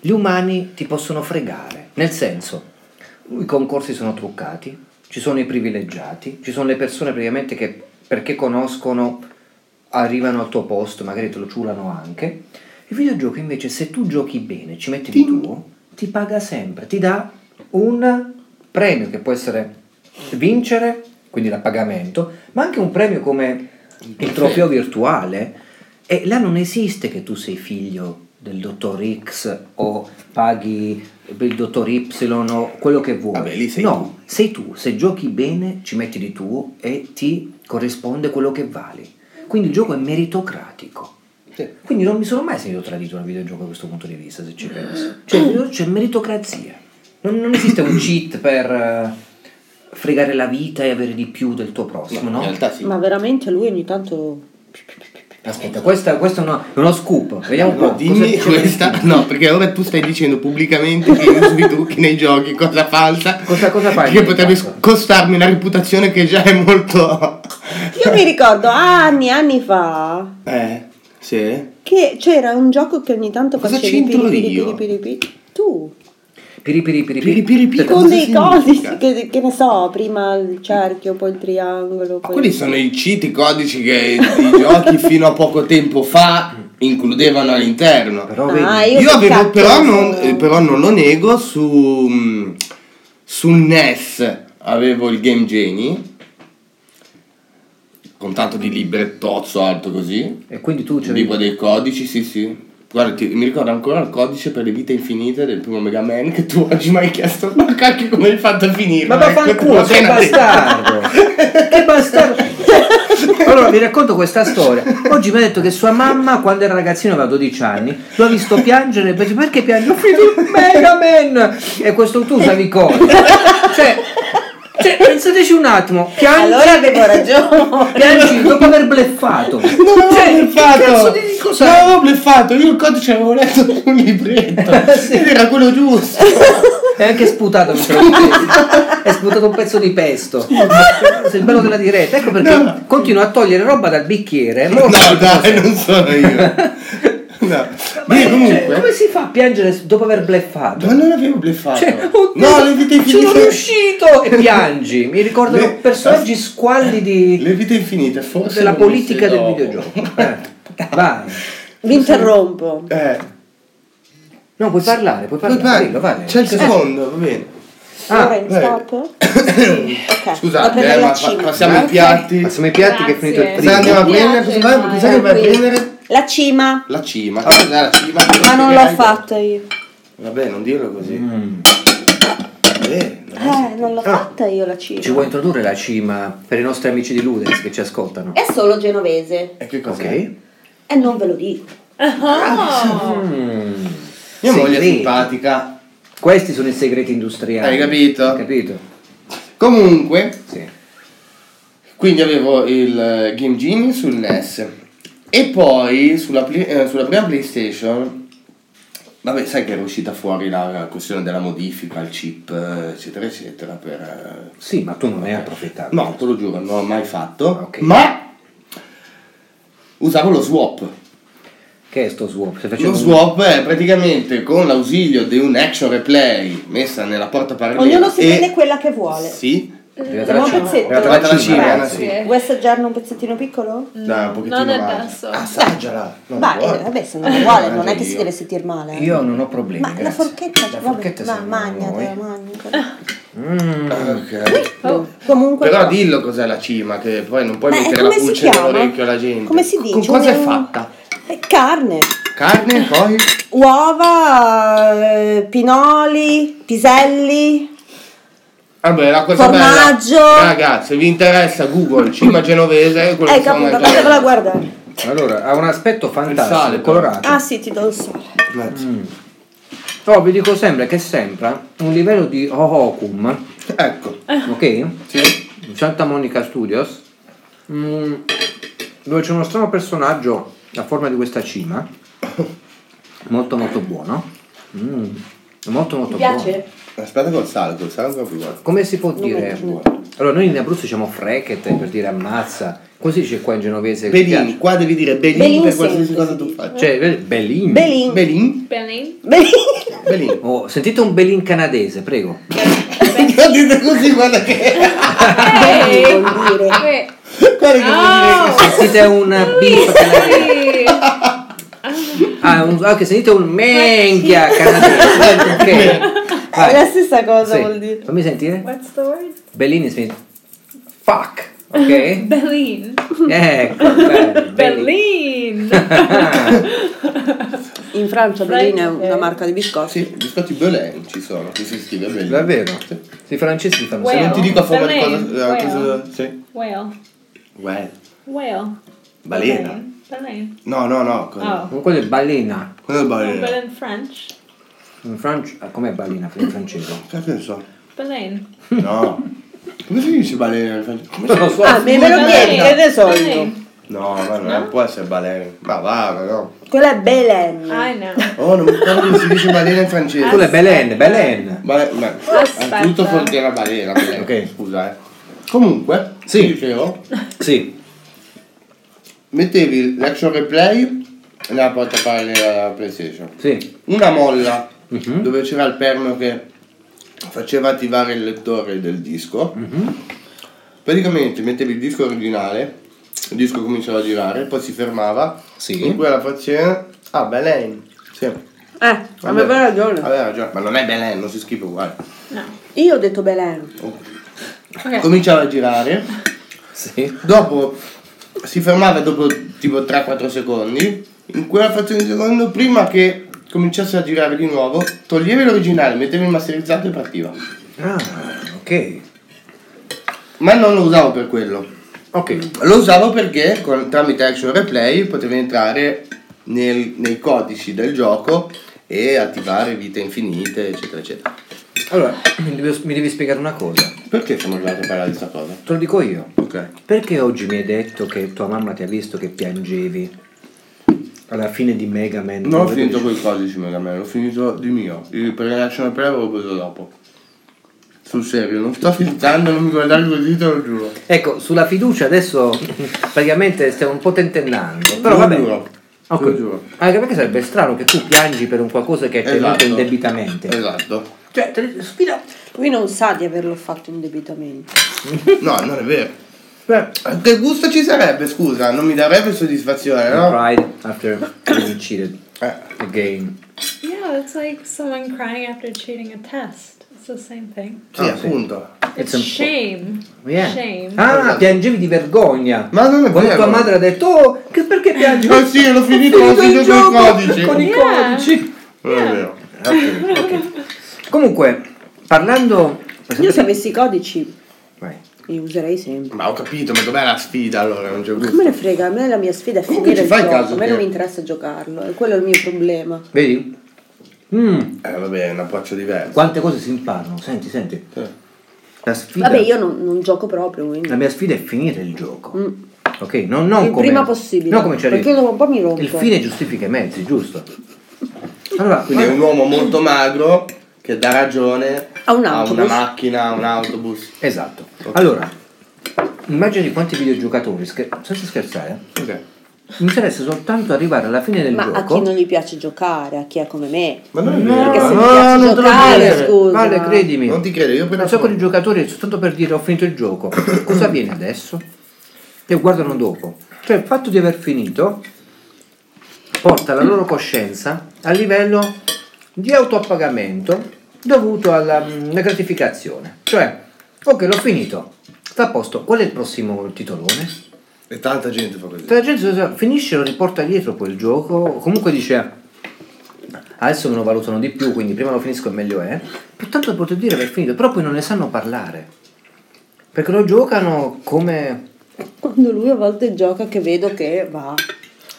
Speaker 2: gli umani ti possono fregare. Nel senso, i concorsi sono truccati, ci sono i privilegiati, ci sono le persone praticamente che perché conoscono arrivano al tuo posto, magari te lo ciulano anche. Il videogioco invece, se tu giochi bene, ci metti di tuo, ti paga sempre, ti dà un premio che può essere vincere, quindi da pagamento, ma anche un premio come il trofeo virtuale. E là non esiste che tu sei figlio del dottor X o paghi il dottor Y o quello che vuoi.
Speaker 1: Vabbè, lì sei
Speaker 2: no, sei tu, se giochi bene ci metti di tuo e ti corrisponde quello che vali. Quindi il gioco è meritocratico. Quindi non mi sono mai sentito tradito dal videogioco da questo punto di vista, se ci penso. Cioè, il videogioco- c'è meritocrazia. Non, non esiste un cheat per eh, fregare la vita e avere di più del tuo prossimo, no?
Speaker 1: In realtà sì.
Speaker 4: Ma veramente lui ogni tanto...
Speaker 2: Aspetta, questa- questo è uno, è uno scoop. Vediamo un po'.
Speaker 1: No, dimmi
Speaker 2: cosa c'è
Speaker 1: questa.
Speaker 2: nel-
Speaker 1: No, perché ora tu stai dicendo pubblicamente che io sui trucchi nei giochi, cosa falsa.
Speaker 2: Cosa- cosa fai? Ecco.
Speaker 1: Che potrebbe s- costarmi una reputazione che già è molto.
Speaker 4: Io mi ricordo anni, anni fa
Speaker 1: Eh, sì.
Speaker 4: che c'era un gioco che ogni tanto
Speaker 1: Cosa
Speaker 4: facevi
Speaker 1: c'entro
Speaker 4: piri, piri,
Speaker 1: io?
Speaker 4: piri, piri, piri. Tu,
Speaker 2: Piri piri piri
Speaker 1: Piri piri piri.
Speaker 4: con
Speaker 1: Cioè, cosa
Speaker 4: dei
Speaker 1: significa?
Speaker 4: codici che, che ne so, prima il cerchio, poi il triangolo.
Speaker 1: Ma
Speaker 4: Poi...
Speaker 1: quelli sono i cheat, i codici che i giochi fino a poco tempo fa includevano all'interno.
Speaker 2: Però
Speaker 4: Ah,
Speaker 2: vedi,
Speaker 4: io-
Speaker 1: Io
Speaker 4: che
Speaker 1: avevo,
Speaker 4: cacchio
Speaker 1: però
Speaker 4: ne
Speaker 1: non,
Speaker 4: so.
Speaker 1: eh, però non lo nego, su, mm, sul NES avevo il Game Genie, con tanto di librettozzo alto così,
Speaker 2: E quindi tu c'è
Speaker 1: tipo dei codici, sì sì. Guarda, ti- mi ricordo ancora il codice per le vite infinite del primo Mega Man che tu oggi mi hai chiesto, ma cacchio come hai fatto a Cioè, finire?
Speaker 2: Ma vaffanculo, sei bastardo! che bastardo! Allora vi racconto questa storia. Oggi mi ha detto che sua mamma, quando era ragazzino, aveva 12 anni, lo ha visto piangere perché, perché piange? Ho finito il Mega Man! E questo tu usavi i codici. Cioè, cioè, pensateci un attimo, piangi,
Speaker 4: Allora avevo ragione.
Speaker 2: piangi dopo aver bleffato.
Speaker 1: Non avevo
Speaker 2: Cioè, che
Speaker 1: bleffato!
Speaker 2: cazzo di- cos'è?
Speaker 1: Non avevo bleffato, io il codice avevo letto su un libretto.
Speaker 2: Sì.
Speaker 1: Ed era quello giusto.
Speaker 2: E anche sputato mi sembra. È sputato un pezzo di pesto. Sei il bello della diretta. Ecco perché
Speaker 1: No.
Speaker 2: continuo a togliere roba dal bicchiere. Ma lo
Speaker 1: No,
Speaker 2: so
Speaker 1: dai,
Speaker 2: cos'è.
Speaker 1: non sono io. No.
Speaker 2: Ma
Speaker 1: Io
Speaker 2: cioè, come
Speaker 1: comunque.
Speaker 2: si fa a piangere dopo aver bleffato?
Speaker 1: Ma non avevo bleffato.
Speaker 2: Cioè, oddio,
Speaker 1: no, le vite
Speaker 2: ci sono
Speaker 1: infinite.
Speaker 2: riuscito! E piangi. Mi ricordano
Speaker 1: Le-
Speaker 2: personaggi squalli di,
Speaker 1: Le vite infinite, forse.
Speaker 2: della
Speaker 1: lo
Speaker 2: politica
Speaker 1: disse
Speaker 2: del
Speaker 1: dopo.
Speaker 2: videogioco. Eh, Vai.
Speaker 4: Vi interrompo.
Speaker 1: Eh.
Speaker 2: No, puoi parlare, puoi parlare.
Speaker 1: Vai, Cioè,
Speaker 2: dillo, vai.
Speaker 1: C'è il
Speaker 2: Cosa-
Speaker 1: secondo, va bene.
Speaker 2: Ah,
Speaker 4: Loren,
Speaker 1: beh.
Speaker 4: stop. Ok, vado a
Speaker 1: Scusate,
Speaker 4: prendere
Speaker 1: eh,
Speaker 4: la
Speaker 1: ma fa-
Speaker 4: cima.
Speaker 1: passiamo i
Speaker 5: Ok.
Speaker 1: piatti.
Speaker 2: Passiamo ai piatti che è finito il
Speaker 5: Grazie.
Speaker 1: Cosa
Speaker 2: primo.
Speaker 1: andiamo a
Speaker 5: Mi
Speaker 1: prendere?
Speaker 2: eh,
Speaker 1: Cosa
Speaker 5: piace,
Speaker 1: vai?
Speaker 5: vai.
Speaker 1: Cosa che vai a
Speaker 4: Qui.
Speaker 1: prendere?
Speaker 4: La cima.
Speaker 1: La cima. Cos'è la cima?
Speaker 4: Ma non l'ho
Speaker 1: Spiegare.
Speaker 4: fatta io.
Speaker 1: Vabbè, non dirlo così.
Speaker 2: Mm.
Speaker 1: Vabbè, non
Speaker 4: Eh, non l'ho fatta io la cima.
Speaker 2: Ci vuoi introdurre la cima per i nostri amici di Ludens che ci ascoltano?
Speaker 4: È solo genovese.
Speaker 1: E che cos'è?
Speaker 2: Ok.
Speaker 4: E non ve lo dico.
Speaker 1: Mia moglie è
Speaker 2: Segreti.
Speaker 1: simpatica.
Speaker 2: Questi sono i segreti industriali.
Speaker 1: Hai capito?
Speaker 2: Hai capito?
Speaker 1: Comunque,
Speaker 2: Sì.
Speaker 1: quindi avevo il eh, Game Genie sul NES. E poi sulla, pli- eh, sulla prima PlayStation, vabbè, sai che era uscita fuori la questione della modifica al chip, eh, eccetera, eccetera, per, eh,
Speaker 2: Sì, ma tu non ne hai approfittato.
Speaker 1: No, te lo giuro, non l'ho mai fatto.
Speaker 2: Ok.
Speaker 1: Ma usavo lo swap.
Speaker 2: Che è sto swap? Stai facendo
Speaker 1: Lo swap è praticamente con l'ausilio di un action replay messa nella porta parallela.
Speaker 4: Ognuno si
Speaker 1: e-
Speaker 4: prende quella che vuole.
Speaker 1: Sì,
Speaker 2: Arrivata la
Speaker 4: Siamo a
Speaker 2: Cina.
Speaker 4: Eh, pezzetto.
Speaker 2: Arrivata la
Speaker 4: Siamo a
Speaker 2: Cina,
Speaker 1: pezzetto.
Speaker 2: eh, sì.
Speaker 1: Sì.
Speaker 4: Vuoi assaggiarne un pezzettino piccolo?
Speaker 1: Dai, un pochettino
Speaker 5: non
Speaker 1: male.
Speaker 5: adesso.
Speaker 1: Assaggiala. No,
Speaker 4: Vai,
Speaker 1: guarda.
Speaker 4: vabbè, se non lo vuole, non è
Speaker 1: Mangio
Speaker 4: che si
Speaker 1: io.
Speaker 4: deve sentire male. eh.
Speaker 2: Io non ho problemi.
Speaker 4: Ma la
Speaker 2: grazie.
Speaker 4: forchetta,
Speaker 2: La
Speaker 4: vabbè,
Speaker 2: forchetta
Speaker 4: va,
Speaker 2: siamo
Speaker 4: magnatela,
Speaker 2: noi. Mm,
Speaker 4: magnatela.
Speaker 1: Ah, Ok.
Speaker 4: Eh, oh, Comunque
Speaker 1: Però
Speaker 4: no.
Speaker 1: dillo cos'è la cima, che poi non puoi
Speaker 4: Ma
Speaker 1: mettere la
Speaker 4: come si
Speaker 1: pulce
Speaker 4: chiama?
Speaker 1: nell'orecchio alla gente.
Speaker 4: Come si
Speaker 1: Con
Speaker 4: dice?
Speaker 1: cosa è
Speaker 4: Un-
Speaker 1: fatta?
Speaker 4: Eh, carne,
Speaker 1: Carne, poi?
Speaker 4: uova, eh, pinoli, piselli.
Speaker 1: Vabbè, la cosa
Speaker 4: Formaggio.
Speaker 1: bella. Ragazzi, vi interessa Google, cima genovese, quello
Speaker 4: Eh,
Speaker 1: che stiamo
Speaker 4: caputa,
Speaker 1: mangiando.
Speaker 4: vattela a guardare.
Speaker 2: Allora, ha un aspetto
Speaker 1: Il sale,
Speaker 2: fantastico,
Speaker 1: però.
Speaker 2: colorato.
Speaker 4: Ah sì, ti do il sole.
Speaker 1: Grazie.
Speaker 2: Oh, vi dico sempre che sembra un livello di Hohokum,
Speaker 1: Ecco.
Speaker 4: Ah.
Speaker 2: ok?
Speaker 1: Sì.
Speaker 2: Santa Monica Studios, mm, dove c'è uno strano personaggio a forma di questa cima, molto molto buono. Mm, molto molto
Speaker 4: Ti
Speaker 2: buono.
Speaker 4: piace?
Speaker 1: Aspetta col sale, col sale ancora più buono.
Speaker 2: Come si può dire? Allora, noi in Abruzzo diciamo frechete per dire ammazza, come si dice qua in genovese? Ti
Speaker 1: Belin, qua devi dire Belin,
Speaker 4: Belin
Speaker 1: per qualsiasi
Speaker 4: sempre,
Speaker 1: cosa
Speaker 4: sì.
Speaker 1: tu faccia.
Speaker 2: piace? Cioè, be- belin.
Speaker 4: Belin.
Speaker 1: Belin,
Speaker 5: Belin.
Speaker 4: Belin.
Speaker 1: Belin.
Speaker 2: Oh, sentite un belin canadese, prego.
Speaker 1: Non dite così, guarda che...
Speaker 5: Hey.
Speaker 4: Vuol dire.
Speaker 5: Wait.
Speaker 1: Guarda che vuol
Speaker 5: Oh.
Speaker 2: Sentite un beef canadese.
Speaker 5: Hey.
Speaker 2: Ah, un, ah, che sentite un menghia canadese. Ok.
Speaker 4: È Eh, la
Speaker 2: Vai.
Speaker 4: stessa cosa
Speaker 2: Sì.
Speaker 4: vuol dire.
Speaker 2: Fammi sentire.
Speaker 5: What's the word?
Speaker 2: Bellini Smith. Fuck. Ok?
Speaker 5: Belin.
Speaker 2: Ecco. bello, Bellini.
Speaker 5: Berlin.
Speaker 4: In Francia
Speaker 5: Belin
Speaker 4: Belin
Speaker 5: è
Speaker 4: è
Speaker 5: una
Speaker 4: una marca di biscotti.
Speaker 1: Sì, biscotti Belin ci sono, che si scrive Belin.
Speaker 2: Davvero?
Speaker 1: Sì.
Speaker 2: I francesi fanno
Speaker 5: Well.
Speaker 2: sempre-
Speaker 1: Non ti dico a forma di
Speaker 5: Belin,
Speaker 1: cosa... eh, cosa-
Speaker 5: well.
Speaker 1: Sì.
Speaker 5: Whale.
Speaker 1: Well.
Speaker 5: Whale.
Speaker 1: Balena.
Speaker 5: Berlin. Berlin.
Speaker 1: No, no, no. Cosa
Speaker 5: Oh.
Speaker 2: Non quello è balena.
Speaker 1: cosa è
Speaker 5: But
Speaker 1: balena?
Speaker 5: in French,
Speaker 2: In Francia. ah, com'è balena in francese?
Speaker 1: Cazzo ne so.
Speaker 5: Berlin.
Speaker 1: No. Come si dice balena in francese? Come si-
Speaker 2: Non lo so.
Speaker 4: Ah, me ve lo chiedi,
Speaker 5: Belin.
Speaker 4: che ne so io.
Speaker 5: Berlin.
Speaker 1: No, ma non può essere balena. Ma va, ma no.
Speaker 4: Quella è Belen.
Speaker 5: I know.
Speaker 1: Oh, non mi ricordo come si dice balena in
Speaker 4: Ah,
Speaker 1: francese.
Speaker 2: Quello è Belen,
Speaker 4: Eh.
Speaker 2: Belen.
Speaker 1: Bale- ma-
Speaker 5: Aspetta.
Speaker 1: Anzitutto fuori la balena, balena.
Speaker 2: Ok.
Speaker 1: Scusa, eh. Comunque,
Speaker 2: Sì.
Speaker 1: dicevo,
Speaker 2: Sì.
Speaker 1: mettevi l'action replay nella porta parallela della PlayStation.
Speaker 2: Sì.
Speaker 1: Una molla
Speaker 2: Mhm.
Speaker 1: dove c'era il perno che faceva attivare il lettore del disco.
Speaker 2: Mhm.
Speaker 1: Praticamente mettevi il disco originale, il disco cominciava a girare, poi si fermava.
Speaker 2: Sì.
Speaker 1: In quella faceva... Ah, Belen. Sì.
Speaker 4: Eh,
Speaker 1: Vabbè.
Speaker 4: aveva ragione.
Speaker 1: Aveva ragione, ma non è Belen, non si scrive uguale.
Speaker 5: No.
Speaker 4: Io ho detto Belen.
Speaker 5: Okay.
Speaker 1: Cominciava a girare,
Speaker 2: Sì.
Speaker 1: dopo si fermava dopo tipo 3-4 secondi, in quella frazione di secondo prima che cominciasse a girare di nuovo, toglievi l'originale, mettevi il masterizzato e partiva.
Speaker 2: Ah, ok.
Speaker 1: Ma non lo usavo per quello.
Speaker 2: Ok.
Speaker 1: Lo usavo perché con- tramite Action Replay potevi entrare nel- nei codici del gioco e attivare vite infinite, eccetera, eccetera.
Speaker 2: Allora, mi devi, mi devi spiegare una cosa.
Speaker 1: Perché siamo arrivati a parlare di questa cosa?
Speaker 2: Te lo dico io.
Speaker 1: Ok.
Speaker 2: Perché oggi mi hai detto che tua mamma ti ha visto che piangevi alla fine di Mega Man?
Speaker 1: Non ho
Speaker 2: dove
Speaker 1: finito
Speaker 2: tu dici-
Speaker 1: quei codici Mega Man, ho finito di mio. Il pre-reaction pre l'avevo preso dopo. Sul serio, non sto filtrando, non mi guardare così, te lo giuro.
Speaker 2: Ecco, sulla fiducia adesso praticamente stiamo un po' tentennando.
Speaker 1: Te
Speaker 2: Però
Speaker 1: lo
Speaker 2: vabbè.
Speaker 1: giuro.
Speaker 2: Ok.
Speaker 1: Te lo giuro.
Speaker 2: Anche perché sarebbe strano che tu piangi per un qualcosa che hai tenuto indebitamente.
Speaker 1: Esatto.
Speaker 2: Cioè, te- sfida.
Speaker 4: Lui non sa di averlo fatto indebitamente.
Speaker 1: No, non è vero. Eh, Che gusto ci sarebbe, scusa? Non mi darebbe soddisfazione, no?
Speaker 2: Pride after being cheated
Speaker 1: Eh,
Speaker 2: again.
Speaker 5: Yeah, it's like someone crying after cheating a test. It's the same thing.
Speaker 1: sì,
Speaker 2: Ah, sì.
Speaker 1: appunto.
Speaker 5: It's,
Speaker 2: It's un po'-
Speaker 5: shame.
Speaker 2: Oh, Yeah.
Speaker 5: Shame.
Speaker 2: Ah, piangevi di vergogna.
Speaker 1: Ma non è
Speaker 2: Quando
Speaker 1: vero.
Speaker 2: tua madre ha detto, oh, che perché piangi?
Speaker 1: Eh sì, l'ho finito, ho
Speaker 2: il
Speaker 1: finito
Speaker 2: gioco
Speaker 1: i codici.
Speaker 2: Con i
Speaker 5: Yeah.
Speaker 2: codici.
Speaker 1: Non è vero.
Speaker 2: Ok, ok. Comunque, parlando...
Speaker 4: Io se avessi i codici
Speaker 2: Vai.
Speaker 4: li userei sempre.
Speaker 1: Ma ho capito, ma dov'è la sfida allora? Non c'è gusto.
Speaker 4: Come ne frega? A me la mia sfida è
Speaker 1: Comunque
Speaker 4: finire
Speaker 1: ci
Speaker 4: il
Speaker 1: fai
Speaker 4: gioco.
Speaker 1: caso
Speaker 4: A me non
Speaker 1: che-
Speaker 4: mi interessa giocarlo. E quello è il mio problema.
Speaker 2: Vedi? Mm,
Speaker 1: Eh vabbè, è un approccio diverso.
Speaker 2: quante cose si imparano. Senti, senti.
Speaker 1: Sì.
Speaker 2: La sfida...
Speaker 4: Vabbè, io non, non gioco proprio, quindi.
Speaker 2: La mia sfida è finire il gioco.
Speaker 4: Mm.
Speaker 2: Ok, non, non
Speaker 4: Il
Speaker 2: come-
Speaker 4: prima possibile,
Speaker 2: Non come ci arrivi.
Speaker 4: perché dopo un po' mi rompo.
Speaker 2: Il fine giustifica i mezzi, giusto? Allora,
Speaker 1: Quindi è un uomo molto magro che dà ragione
Speaker 4: A un
Speaker 1: una
Speaker 4: autobus.
Speaker 1: macchina, a un autobus.
Speaker 2: Esatto. Allora, immagini quanti videogiocatori, scher- senza scherzare,
Speaker 1: Ok.
Speaker 2: Mi interessa soltanto arrivare alla fine del
Speaker 4: Ma a
Speaker 2: gioco.
Speaker 4: chi non gli piace giocare, a chi è come me.
Speaker 1: Ma non è
Speaker 2: No,
Speaker 1: vero.
Speaker 4: Perché se mi
Speaker 2: no,
Speaker 4: piace
Speaker 2: Eh, non te lo
Speaker 4: giocare,
Speaker 2: dire.
Speaker 4: scusa.
Speaker 2: Vale, credimi.
Speaker 1: Non ti credo, io appena
Speaker 2: Un sacco di
Speaker 1: fuori.
Speaker 2: giocatori soltanto per dire ho finito il gioco. Cosa avviene adesso? Che guardano dopo. Cioè il fatto di aver finito porta la loro coscienza a livello di autoappagamento dovuto alla mm, alla gratificazione. Cioè, ok, l'ho finito. Sta a posto, qual è il prossimo titolone?
Speaker 1: E tanta gente fa così.
Speaker 2: Tra la gente finisce e lo riporta dietro poi il gioco, o comunque dice adesso me lo valutano di più, quindi prima lo finisco e meglio è. Tanto poter dire aver finito, però poi non ne sanno parlare. Perché lo giocano come...
Speaker 4: Quando lui a volte gioca che vedo che va,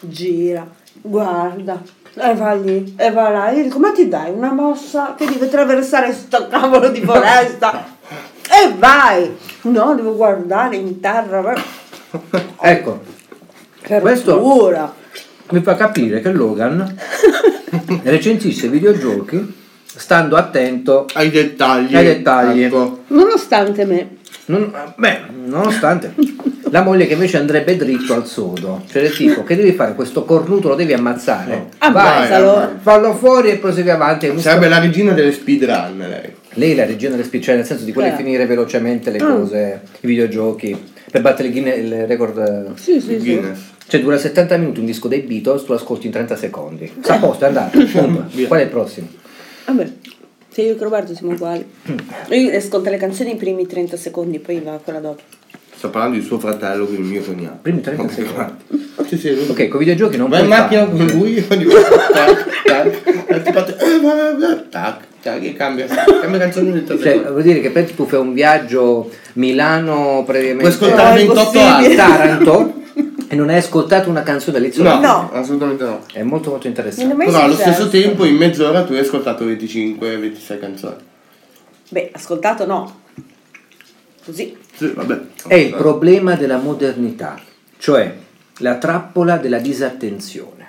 Speaker 4: gira, guarda, e va lì, e va là, e dico ma ti dai una mossa che devi attraversare sto cavolo di foresta e vai! No, devo guardare in terra, va-
Speaker 2: Ecco,
Speaker 4: che
Speaker 2: Questo-
Speaker 4: paura!
Speaker 2: mi fa capire che Logan recensisce videogiochi stando attento.
Speaker 1: Ai dettagli.
Speaker 2: Ai dettagli.
Speaker 1: Ecco.
Speaker 4: Nonostante me,
Speaker 2: Non- beh, nonostante la moglie che invece andrebbe dritto al sodo, cioè del tipo che devi fare questo cornuto, lo devi ammazzare.
Speaker 4: Ah, ammazzalo!
Speaker 1: vai.
Speaker 2: Fallo fuori e prosegui avanti. Mi sta-
Speaker 1: Sarebbe la regina delle speedrun, lei.
Speaker 2: Lei è la regina delle spicce, nel senso di quelle
Speaker 4: Eh.
Speaker 2: finire velocemente le cose, i videogiochi. Per battere il, Guinness, il record. eh,
Speaker 4: Sì, sì, sì.
Speaker 1: Guinness.
Speaker 2: Cioè dura 70 minuti un disco dei Beatles, tu lo ascolti in 30 secondi. Sta a posto, è andato. Pum.
Speaker 1: Via.
Speaker 2: Qual è il prossimo?
Speaker 4: Vabbè, se io che Roberto siamo uguali.
Speaker 1: Mm.
Speaker 4: Lui ascolta le canzoni i primi 30 secondi, poi va a quella dopo.
Speaker 1: Sto parlando di suo fratello, quindi mio cognato.
Speaker 2: Primi 30
Speaker 1: Ok,
Speaker 2: secondi.
Speaker 1: guarda. Sì, sì, lui.
Speaker 2: Ok, con i videogiochi non
Speaker 1: Vai in
Speaker 2: puoi
Speaker 1: macchina
Speaker 2: farlo.
Speaker 1: con lui e ogni volta tac, tac, e ti faccio, eh, va, va, tac, tac, e cambia, cambia canzone ogni tanto.
Speaker 2: Cioè, vuol dire che per tu fai un viaggio Milano
Speaker 1: Puoi
Speaker 2: previamente
Speaker 1: ascoltare
Speaker 4: No, è
Speaker 1: 28
Speaker 4: impossibile.
Speaker 1: anni.
Speaker 2: Taranto e non hai ascoltato una canzone all'inizio.
Speaker 1: No,
Speaker 4: No.
Speaker 1: assolutamente no.
Speaker 2: È molto molto
Speaker 4: Non è
Speaker 2: interessante.
Speaker 4: mai
Speaker 1: Però allo stesso
Speaker 4: successo.
Speaker 1: tempo in mezz'ora tu hai ascoltato 25-26 canzoni.
Speaker 4: Beh, ascoltato no. Così.
Speaker 1: Sì, vabbè.
Speaker 2: È il problema della modernità, cioè la trappola della disattenzione.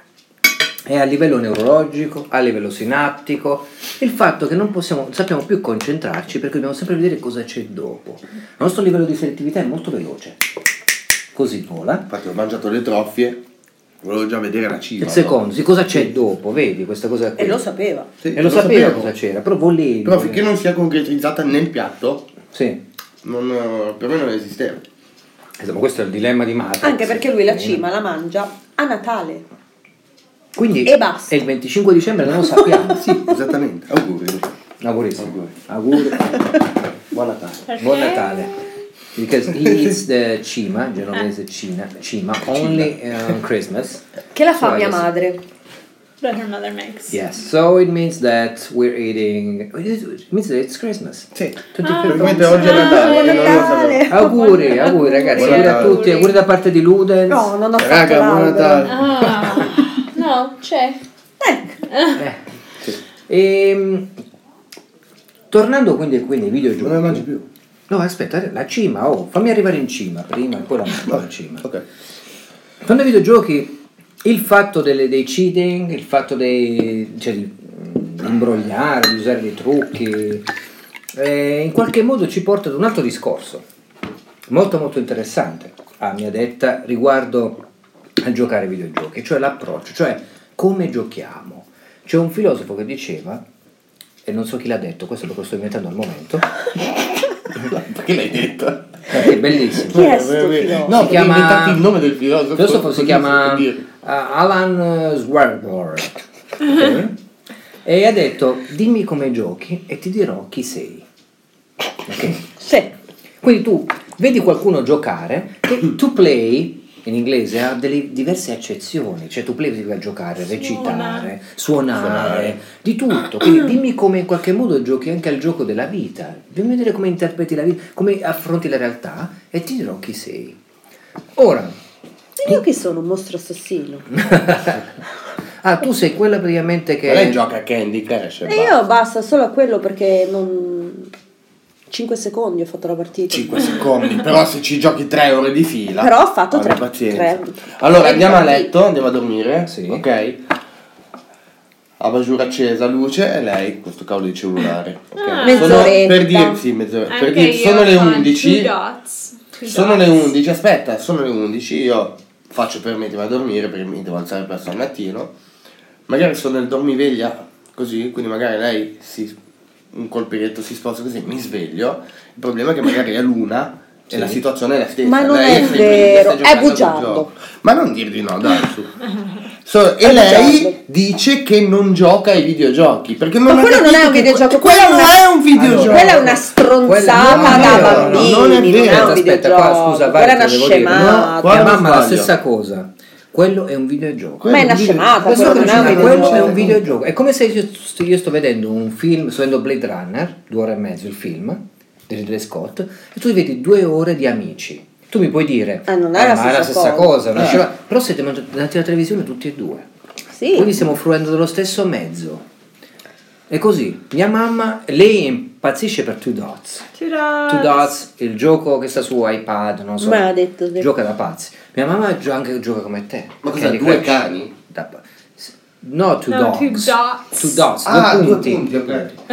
Speaker 2: È a livello neurologico, a livello sinaptico, il fatto che non possiamo, sappiamo più concentrarci perché dobbiamo sempre vedere cosa c'è dopo. Il nostro livello di selettività è molto veloce, così vola.
Speaker 1: Infatti ho mangiato le troffie, volevo già vedere la ciba.
Speaker 2: Il
Speaker 1: no?
Speaker 2: secondo, di cosa c'è dopo, vedi questa cosa qui.
Speaker 4: E lo sapeva.
Speaker 1: Sì,
Speaker 2: E lo sapeva cosa c'era, però volevi.
Speaker 1: Però finché non sia concretizzata nel piatto,
Speaker 2: Sì.
Speaker 1: non, eh, per me non esisteva.
Speaker 2: Insomma, Eh, questo è il dilemma di Marx.
Speaker 4: Anche perché lui la
Speaker 2: Sì.
Speaker 4: cima la mangia a Natale.
Speaker 2: Quindi
Speaker 4: E basta.
Speaker 2: è il 25 dicembre, non lo sappiamo.
Speaker 1: Sì, esattamente. Auguri.
Speaker 2: Augurissimo.
Speaker 1: Auguri.
Speaker 2: Auguri. Buon Natale. Buon Natale. Because he eats the cima, genovese cina, cima, only on Christmas.
Speaker 4: Che la fa
Speaker 2: So I
Speaker 4: mia
Speaker 2: guess-
Speaker 4: madre.
Speaker 5: That her mother makes.
Speaker 2: Yes, so it means that we're eating. It means that it's Christmas.
Speaker 1: Sì.
Speaker 5: Buon
Speaker 1: Praticamente oggi è Natale.
Speaker 4: Buon
Speaker 1: io non lo
Speaker 4: Natale.
Speaker 1: sapevo.
Speaker 2: Auguri, auguri ragazzi,
Speaker 1: Buon
Speaker 2: auguri a
Speaker 1: Natale.
Speaker 2: tutti, auguri da parte di Ludens.
Speaker 4: No, non ho fatto
Speaker 1: Eh, Raga, buon
Speaker 4: l'albero.
Speaker 1: Natale.
Speaker 5: Ah, no, c'è.
Speaker 2: Eh. Ehm, tornando quindi, quindi ai videogiochi.
Speaker 1: Non la mangi più.
Speaker 2: No, aspetta, la cima, oh, fammi arrivare in cima prima e poi la mando alla cima.
Speaker 1: Ok.
Speaker 2: Quando ai videogiochi il fatto delle- dei cheating, il fatto dei, cioè, di mm, imbrogliare, di usare dei trucchi, eh, in qualche modo ci porta ad un altro discorso, molto molto interessante, a mia detta, riguardo a giocare ai videogiochi, cioè l'approccio, cioè come giochiamo. C'è un filosofo che diceva, e non so chi l'ha detto, questo lo sto inventando al momento,
Speaker 1: Perché l'hai detto?
Speaker 2: perché è bellissimo.
Speaker 4: Chi è sto filosofo?
Speaker 1: No,
Speaker 2: Si
Speaker 1: perché hai
Speaker 2: chiama-
Speaker 1: inventato il nome del filosofo.
Speaker 2: Il filosofo si
Speaker 1: così
Speaker 2: chiama
Speaker 1: per dire.
Speaker 2: eh, Alan Swartberg e ha detto dimmi come giochi e ti dirò chi sei. Ok?
Speaker 4: Sì.
Speaker 2: Quindi tu vedi qualcuno giocare che to play in inglese ha delle diverse accezioni, cioè to play significa giocare, recitare, suonare, di tutto. Quindi dimmi come in qualche modo giochi anche al gioco della vita, dimmi vedere come interpreti la vita, come affronti la realtà e ti dirò chi sei. Ora,
Speaker 4: E Io che sono un mostro assassino.
Speaker 2: Ah, tu sei quella praticamente che.
Speaker 1: Ma lei gioca a Candy Crush.
Speaker 4: E Eh, io basta solo a quello perché non... 5 secondi ho fatto la partita.
Speaker 1: 5 secondi, però se ci giochi 3 ore di fila.
Speaker 4: Però ho fatto
Speaker 1: Abbi
Speaker 4: tre-
Speaker 1: pazienza.
Speaker 4: tre-
Speaker 1: Allora
Speaker 4: tre
Speaker 1: andiamo a
Speaker 4: giochi.
Speaker 1: letto, andiamo a dormire.
Speaker 2: Sì.
Speaker 1: Ok. Abajur accesa, luce e lei questo cavolo di cellulare. ok?
Speaker 5: Ah.
Speaker 1: Sono
Speaker 4: Mezz'oretta.
Speaker 1: per dirsi,
Speaker 2: Cioè,
Speaker 1: mezz'oretta. Per
Speaker 5: Anche
Speaker 1: dirsi, sono
Speaker 5: io
Speaker 1: le
Speaker 5: ho
Speaker 1: 11.
Speaker 5: Two uh, dots. Two
Speaker 1: Sono
Speaker 5: dots.
Speaker 1: le 11, aspetta, sono le 11, io faccio per me, devo dormire, perché mi devo alzare presto al mattino. Magari sono nel dormiveglia così, quindi magari lei si, un colpetto si sposta così, mi sveglio. Il problema è che magari è l'una e
Speaker 2: Sì.
Speaker 1: la situazione è la stessa.
Speaker 4: Ma non
Speaker 1: Lei
Speaker 4: è
Speaker 1: sempre lì, sta
Speaker 4: vero, è
Speaker 1: giocando col
Speaker 4: bugiardo.
Speaker 1: gioco. Ma non dir di no, dai, su. So-
Speaker 4: È
Speaker 1: e lei
Speaker 4: bugiardo.
Speaker 1: dice che non gioca ai videogiochi perché non ha
Speaker 4: Ma quello non è
Speaker 1: capito
Speaker 4: un
Speaker 1: che- quello
Speaker 4: videogioco, quello è una-
Speaker 1: è un videogioco
Speaker 2: Allora,
Speaker 4: Quella è una
Speaker 2: Quella-
Speaker 4: stronzata
Speaker 1: no, no,
Speaker 4: da
Speaker 1: no,
Speaker 4: bambini,
Speaker 1: no, non
Speaker 4: non
Speaker 1: è
Speaker 4: è un
Speaker 1: vero.
Speaker 2: Aspetta, qua,
Speaker 4: videogioco,
Speaker 2: scusa, vai,
Speaker 4: quella è
Speaker 2: te
Speaker 4: una
Speaker 2: devo dire.
Speaker 1: No,
Speaker 4: scemata.
Speaker 1: qua-
Speaker 2: Mia
Speaker 1: Guarda,
Speaker 2: mamma la
Speaker 1: sbaglio.
Speaker 2: stessa cosa. Quello è un videogioco.
Speaker 4: Ma è una scemata,
Speaker 2: Questo
Speaker 4: quello non è un
Speaker 2: che- quello è
Speaker 4: videogioco.
Speaker 2: un videogioco. È come se io sto, io sto vedendo un film, sto vedendo Blade Runner, due ore e mezzo il film di Ridley Scott, e tu vedi due ore di amici. Tu mi puoi dire, "Ah,
Speaker 4: Eh, non è la
Speaker 2: ma è la
Speaker 4: stessa
Speaker 2: stessa
Speaker 4: cosa."
Speaker 2: cosa, una
Speaker 1: Eh.
Speaker 2: scema- però siete davanti alla televisione tutti e due.
Speaker 4: Sì.
Speaker 2: Quindi stiamo fruendo dello stesso mezzo. E così, mia mamma, lei impazzisce per Two Dots.
Speaker 5: Ta-da!
Speaker 2: Two Dots, il gioco che sta su iPad, non so.
Speaker 4: Me l'ha detto, sì.
Speaker 2: Gioca da pazzi. Mia mamma gio- anche gioca come te.
Speaker 1: Ma cosa,
Speaker 2: Candy
Speaker 1: due
Speaker 2: Crush.
Speaker 1: cani?
Speaker 2: Da pa- s- No, Two
Speaker 5: No,
Speaker 2: Dots.
Speaker 5: Two Dots.
Speaker 2: Two Dots,
Speaker 1: ah
Speaker 2: due
Speaker 1: due
Speaker 2: punti.
Speaker 1: punti ok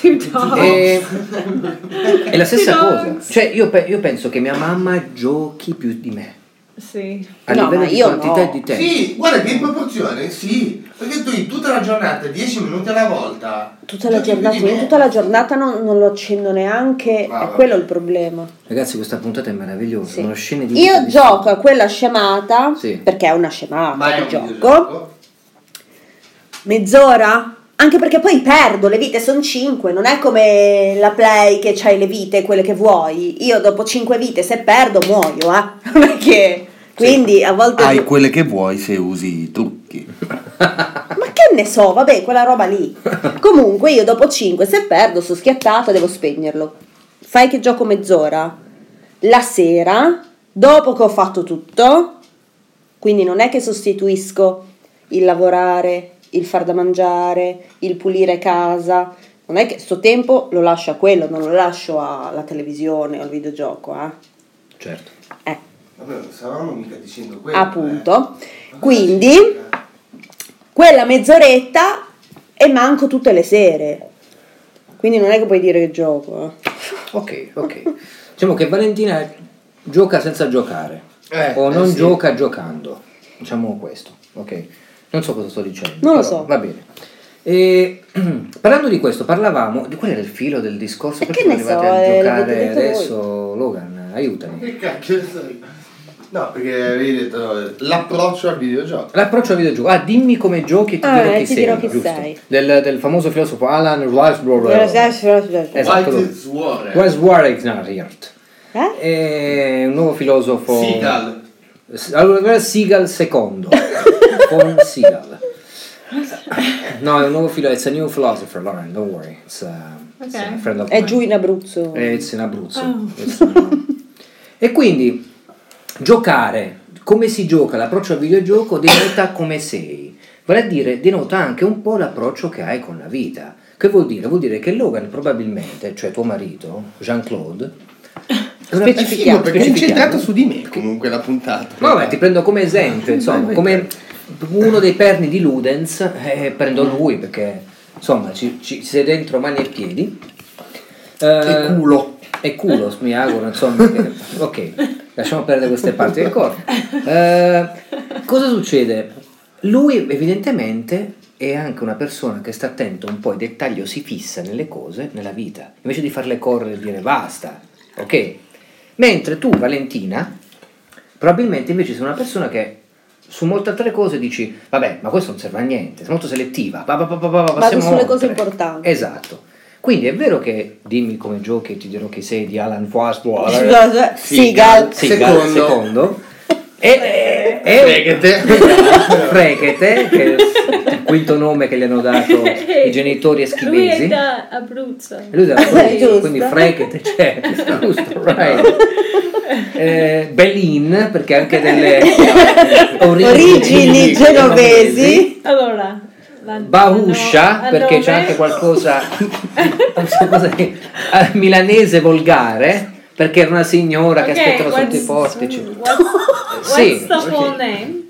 Speaker 5: Two dogs.
Speaker 2: E-
Speaker 4: Oh.
Speaker 2: è la stessa
Speaker 5: Two
Speaker 2: cosa.
Speaker 5: Dots.
Speaker 2: Cioè, io, pe- io penso che mia mamma giochi più di me.
Speaker 5: Sì.
Speaker 2: A
Speaker 4: No,
Speaker 2: livello
Speaker 4: ma
Speaker 2: di
Speaker 4: io
Speaker 2: quantità
Speaker 4: no.
Speaker 2: e di tempo.
Speaker 1: Sì, guarda che in proporzione, sì. Perché tu in tutta la giornata, 10 minuti alla volta.
Speaker 4: Tutta la
Speaker 1: giochi più
Speaker 4: giornata,
Speaker 1: di me.
Speaker 4: io tutta la giornata non, non lo accendo neanche,
Speaker 1: Ah,
Speaker 4: è
Speaker 1: vabbè.
Speaker 4: quello il problema.
Speaker 2: Ragazzi, questa puntata è meravigliosa.
Speaker 4: Sì.
Speaker 2: Sono scene di vita
Speaker 4: Io
Speaker 2: di-
Speaker 4: gioco a quella scemata,
Speaker 2: Sì.
Speaker 4: perché è una scemata
Speaker 1: Ma è
Speaker 4: che
Speaker 1: un
Speaker 4: gioco,
Speaker 1: videogioco.
Speaker 4: mezz'ora, anche perché poi perdo, le vite sono 5, non è come la play che c'hai le vite, quelle che vuoi. Io dopo 5 vite se perdo muoio, eh. perché... Quindi a volte...
Speaker 1: quelle che vuoi se usi i trucchi.
Speaker 4: Ma che ne so, vabbè, quella roba lì. Comunque io dopo 5, se perdo, sono schiattata, devo spegnerlo. Fai che gioco mezz'ora. La sera, dopo che ho fatto tutto, quindi non è che sostituisco il lavorare, il far da mangiare, il pulire casa. Non è che sto tempo lo lascio a quello, non lo lascio alla televisione o al videogioco, eh.
Speaker 2: Certo.
Speaker 4: Eh,
Speaker 1: Vabbè, non stavamo mica dicendo quello.
Speaker 4: appunto.
Speaker 1: eh. Ma
Speaker 4: Quindi quella mezz'oretta e manco tutte le sere. Quindi non è che puoi dire che gioco. eh.
Speaker 2: Ok, ok. Diciamo che Valentina gioca senza giocare.
Speaker 1: Eh,
Speaker 2: o
Speaker 1: eh,
Speaker 2: non
Speaker 1: sì.
Speaker 2: gioca giocando. Diciamo questo, ok. Non so cosa sto dicendo.
Speaker 4: Non lo
Speaker 2: però
Speaker 4: so.
Speaker 2: Va bene. E, parlando di questo, parlavamo di qual era il filo del discorso
Speaker 4: E
Speaker 2: perché
Speaker 4: che
Speaker 2: siamo
Speaker 4: ne so,
Speaker 2: arrivati a
Speaker 4: eh, l'avete
Speaker 2: giocare
Speaker 4: detto
Speaker 2: adesso, Logan, aiutami.
Speaker 1: Che cacchio sei? No, perché avevi detto eh, l'approccio al videogioco.
Speaker 2: L'approccio al videogioco. Ah, dimmi come giochi e ti
Speaker 4: Ah,
Speaker 2: dirò chi
Speaker 4: eh, ti
Speaker 2: sei.
Speaker 4: dirò chi
Speaker 2: giusto.
Speaker 4: sei.
Speaker 2: Del, del famoso filosofo Alan Weisbrod.
Speaker 4: Eh?
Speaker 2: Esatto.
Speaker 1: White Swore.
Speaker 2: Weisbrod.
Speaker 4: Eh?
Speaker 2: È un nuovo filosofo.
Speaker 1: Seagal.
Speaker 2: Allora, Seagal secondo. Con Seagal. No, è un nuovo filosofo. It's a new philosopher, Lauren. Don't worry. It's a, it's a
Speaker 5: Ok.
Speaker 2: friend of
Speaker 4: È
Speaker 2: mine.
Speaker 4: giù in Abruzzo.
Speaker 2: Eh, It's in Abruzzo.
Speaker 5: Oh.
Speaker 2: It's in- e quindi giocare, come si gioca, l'approccio al videogioco denota come sei, vale a dire denota anche un po' l'approccio che hai con la vita. Che vuol dire? Vuol dire che Logan probabilmente, cioè tuo marito, Jean-Claude, è una-
Speaker 1: Eh sì, no, perché è incentrato
Speaker 2: Specifichiamo.
Speaker 1: su di me comunque la puntata.
Speaker 2: No, vabbè, ti prendo come esempio, insomma,
Speaker 1: Ah, Vai, vai,
Speaker 2: come uno dei perni di Ludens, eh, prendo lui perché, insomma, ci, ci sei dentro mani e piedi. Eh,
Speaker 1: Che culo.
Speaker 2: E culo, mi auguro, insomma. che- ok, lasciamo perdere queste parti del corpo. Eh, cosa succede? Lui evidentemente è anche una persona che sta attento un po' ai dettagli o si fissa nelle cose, nella vita, invece di farle correre e dire basta, ok? Mentre tu, Valentina, probabilmente invece sei una persona che su molte altre cose dici vabbè, ma questo non serve a niente, sei molto selettiva, va, va, va, va, va, passiamo
Speaker 4: sulle cose
Speaker 2: oltre."
Speaker 4: importanti.
Speaker 2: Esatto. Quindi è vero che dimmi come giochi e ti dirò chi sei di Alan Wasbrook.
Speaker 4: Sigal. Sigal.
Speaker 2: Sì, secondo.
Speaker 1: Secondo.
Speaker 2: secondo. E, e, e-
Speaker 1: Fregate.
Speaker 2: Fregete, che è il quinto nome che gli hanno dato i genitori
Speaker 5: Lui è
Speaker 2: eschimesi.
Speaker 5: da Abruzzo.
Speaker 2: Lui della Abruzzo,
Speaker 4: Giusto.
Speaker 2: quindi Fregete c'è, giusto, right. Eh, Belin, perché anche delle origini,
Speaker 4: Origini genovesi.
Speaker 5: Allora. la-
Speaker 2: Bahuscia,
Speaker 5: no, a
Speaker 2: perché c'è
Speaker 5: nome-
Speaker 2: anche qualcosa, qualcosa di- eh, milanese volgare, perché era una signora che
Speaker 5: Ok,
Speaker 2: aspettava sotto i
Speaker 5: what's-
Speaker 2: portici. Eh,
Speaker 5: What's, what's
Speaker 2: Sì,
Speaker 5: the
Speaker 2: ok.
Speaker 5: full name?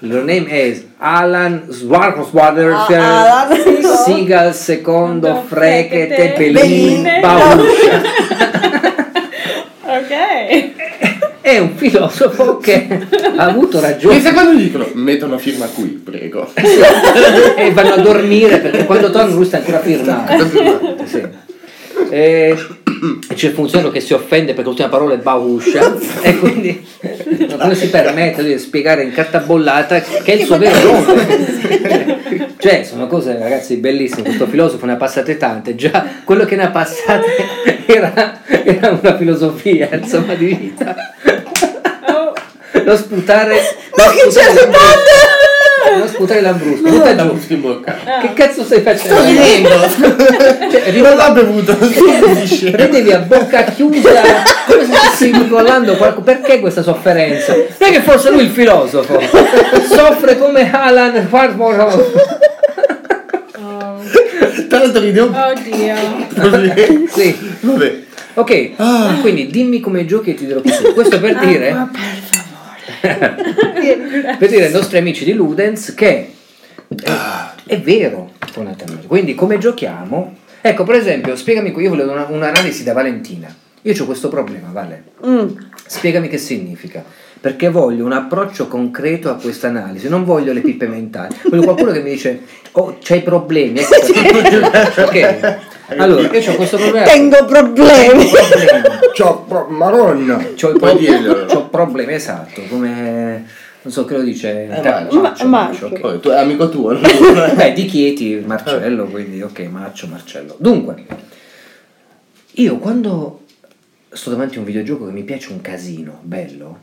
Speaker 2: Il loro name è Alan Swarkoswader
Speaker 4: Ah, Alan.
Speaker 2: Sigal secondo Frekete Pelin
Speaker 4: Belin.
Speaker 2: Bahuscia.
Speaker 5: Ok.
Speaker 2: è un filosofo che ha avuto
Speaker 1: E
Speaker 2: ragione
Speaker 1: se quando dicono metto una firma qui, prego.
Speaker 2: e vanno a dormire perché quando tornano lui sta ancora firmando. Sì. Eh, E c'è il funzionario che si offende perché l'ultima parola è Bauscia e quindi ma come si permette di spiegare in carta bollata che è il suo vero nome cioè sono cose ragazzi bellissime questo filosofo ne ha passate tante già quello che ne ha passate era, era una filosofia insomma di vita
Speaker 5: Oh.
Speaker 2: lo sputare ma
Speaker 4: che c'è le palle!
Speaker 2: lo sputare l'ambrusco
Speaker 1: Non
Speaker 2: butta
Speaker 1: ho la
Speaker 2: giù.
Speaker 1: busca in bocca.
Speaker 2: che cazzo stai facendo
Speaker 1: Sto vivendo.
Speaker 2: Cioè, ri-
Speaker 1: Non l'ho bevuto. Sì,
Speaker 2: prendevi a bocca chiusa come se stessi incollando qualcosa perché questa sofferenza non è che fosse lui il filosofo soffre come Alan Farmore
Speaker 5: Oh,
Speaker 1: Tra l'altro ridevo
Speaker 5: oh Dio.
Speaker 1: così.
Speaker 2: sì
Speaker 1: Vabbè.
Speaker 2: ok quindi dimmi come giochi e ti dirò chi sei. questo per dire per dire ai nostri amici di Ludens che è, è vero fondamentalmente. quindi come giochiamo ecco per esempio spiegami qui io volevo una- un'analisi da Valentina io ho questo problema Vale
Speaker 4: Mm.
Speaker 2: Spiegami che significa. Perché voglio un approccio concreto a questa analisi, non voglio le pippe mentali. Voglio qualcuno che mi dice: Oh, c'hai problemi. ecco perché." ok. Allora, io ho questo problema.
Speaker 4: Tengo problemi.
Speaker 2: problemi.
Speaker 1: C'ho pro- Maronna.
Speaker 2: C'ho, il
Speaker 1: Puoi
Speaker 2: pro-
Speaker 1: dirglielo.
Speaker 2: c'ho problemi, esatto. Come non so che lo dice.
Speaker 1: Marcio.
Speaker 2: Marcio,
Speaker 4: Ma-
Speaker 2: Marcio, ok.
Speaker 1: Poi, tu è amico tuo. non-
Speaker 2: Beh, di Chieti, Marcello, quindi ok, Marcio, Marcello. Dunque, io quando sto davanti a un videogioco che mi piace un casino, bello,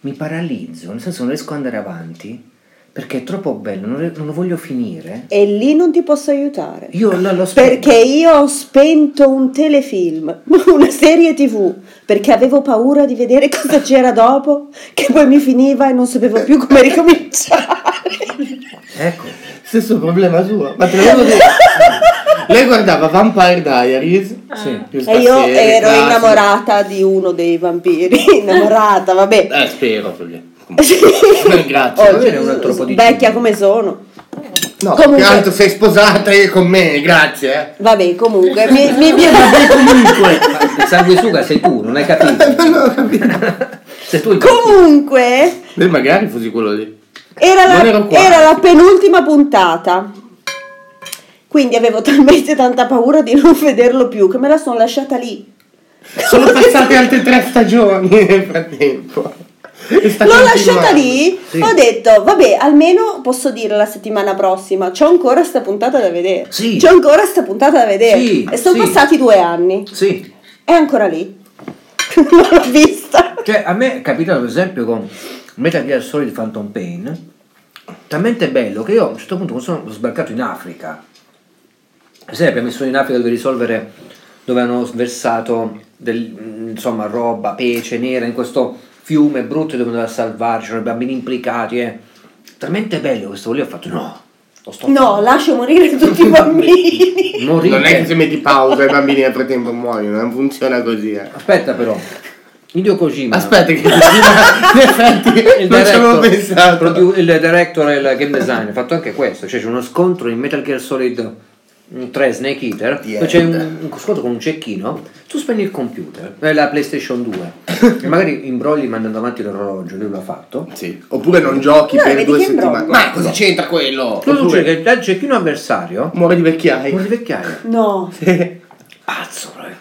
Speaker 2: mi paralizzo, nel senso non riesco ad andare avanti perché è troppo bello, non, re- non lo voglio finire.
Speaker 4: E lì non ti posso aiutare.
Speaker 2: Io lo, lo spengo.
Speaker 4: Perché io ho spento un telefilm, una serie tv, perché avevo paura di vedere cosa c'era dopo, che poi mi finiva e non sapevo più come ricominciare.
Speaker 2: Ecco,
Speaker 1: Stesso problema suo. Ma te l'avevo detto. Lei guardava Vampire Diaries.
Speaker 2: sì.
Speaker 1: questa
Speaker 4: Ah. E io
Speaker 1: serie
Speaker 4: ero
Speaker 1: classica.
Speaker 4: innamorata di uno dei vampiri, innamorata, vabbè.
Speaker 1: Eh, spero. perché- Grazie.
Speaker 2: va bene, un altro po' di
Speaker 4: vecchia
Speaker 2: cibo.
Speaker 4: come sono.
Speaker 1: No,
Speaker 4: Comunque-
Speaker 1: più che altro sei sposata io con me, grazie. eh.
Speaker 4: Vabbè, comunque, mi, mi- mi-
Speaker 1: Comunque,
Speaker 2: Il sanguisuga sei tu, non hai capito. Sei tu il
Speaker 4: comunque
Speaker 1: Beh, magari fossi quello lì.
Speaker 4: era
Speaker 1: Non ero
Speaker 4: la,
Speaker 1: qua.
Speaker 4: era la penultima puntata. Quindi avevo talmente tanta paura di non vederlo più che me la sono lasciata lì.
Speaker 1: Sono passate altre tre stagioni nel frattempo. E sta
Speaker 4: L'ho
Speaker 1: continuando.
Speaker 4: lasciata lì,
Speaker 2: Sì.
Speaker 4: ho detto, vabbè, almeno posso dire la settimana prossima, c'ho ancora sta puntata da vedere.
Speaker 2: Sì.
Speaker 4: C'ho ancora sta puntata da vedere.
Speaker 2: Sì,
Speaker 4: e sono
Speaker 2: sì.
Speaker 4: passati due anni.
Speaker 2: Sì.
Speaker 4: È ancora lì. non l'ho vista.
Speaker 2: Cioè, a me è capitato per esempio con Metal Gear Solid Phantom Pain, talmente bello che io a un certo punto sono sbarcato in Africa. Per esempio, mi sono in Africa dove risolvere, dove hanno sversato del- mh, insomma, roba, pece nera in questo fiume brutto dove doveva salvarci, c'erano i bambini implicati. Eh. Talmente bello questo lì, ho fatto no, lo sto
Speaker 4: No, lascio morire tutti i bambini.
Speaker 2: morire.
Speaker 1: Non è che se metti pausa i bambini nel frattempo muoiono, non funziona così. eh.
Speaker 2: Aspetta però, Hideo Kojima.
Speaker 1: Aspetta che in effetti
Speaker 2: il
Speaker 1: non ci avevo
Speaker 2: director,
Speaker 1: pensato.
Speaker 2: produ- il director e il game design ha fatto anche questo cioè c'è uno scontro in Metal Gear Solid 3 Snake Eater
Speaker 1: Di
Speaker 2: dove c'è
Speaker 1: Ed.
Speaker 2: un, un scontro con un cecchino tu spegni il computer eh, la Playstation 2 e magari imbrogli mandando avanti l'orologio lui l'ha fatto
Speaker 1: Sì. Oppure non giochi
Speaker 4: No,
Speaker 1: per
Speaker 4: vedi
Speaker 1: due
Speaker 4: che
Speaker 1: settimane.
Speaker 4: bromma.
Speaker 1: Ma cosa c'entra quello?
Speaker 2: cosa
Speaker 1: Oppure
Speaker 2: succede? che dal cecchino avversario
Speaker 1: Muore di vecchiaia.
Speaker 2: muore di vecchiaia
Speaker 4: No,
Speaker 2: pazzo proprio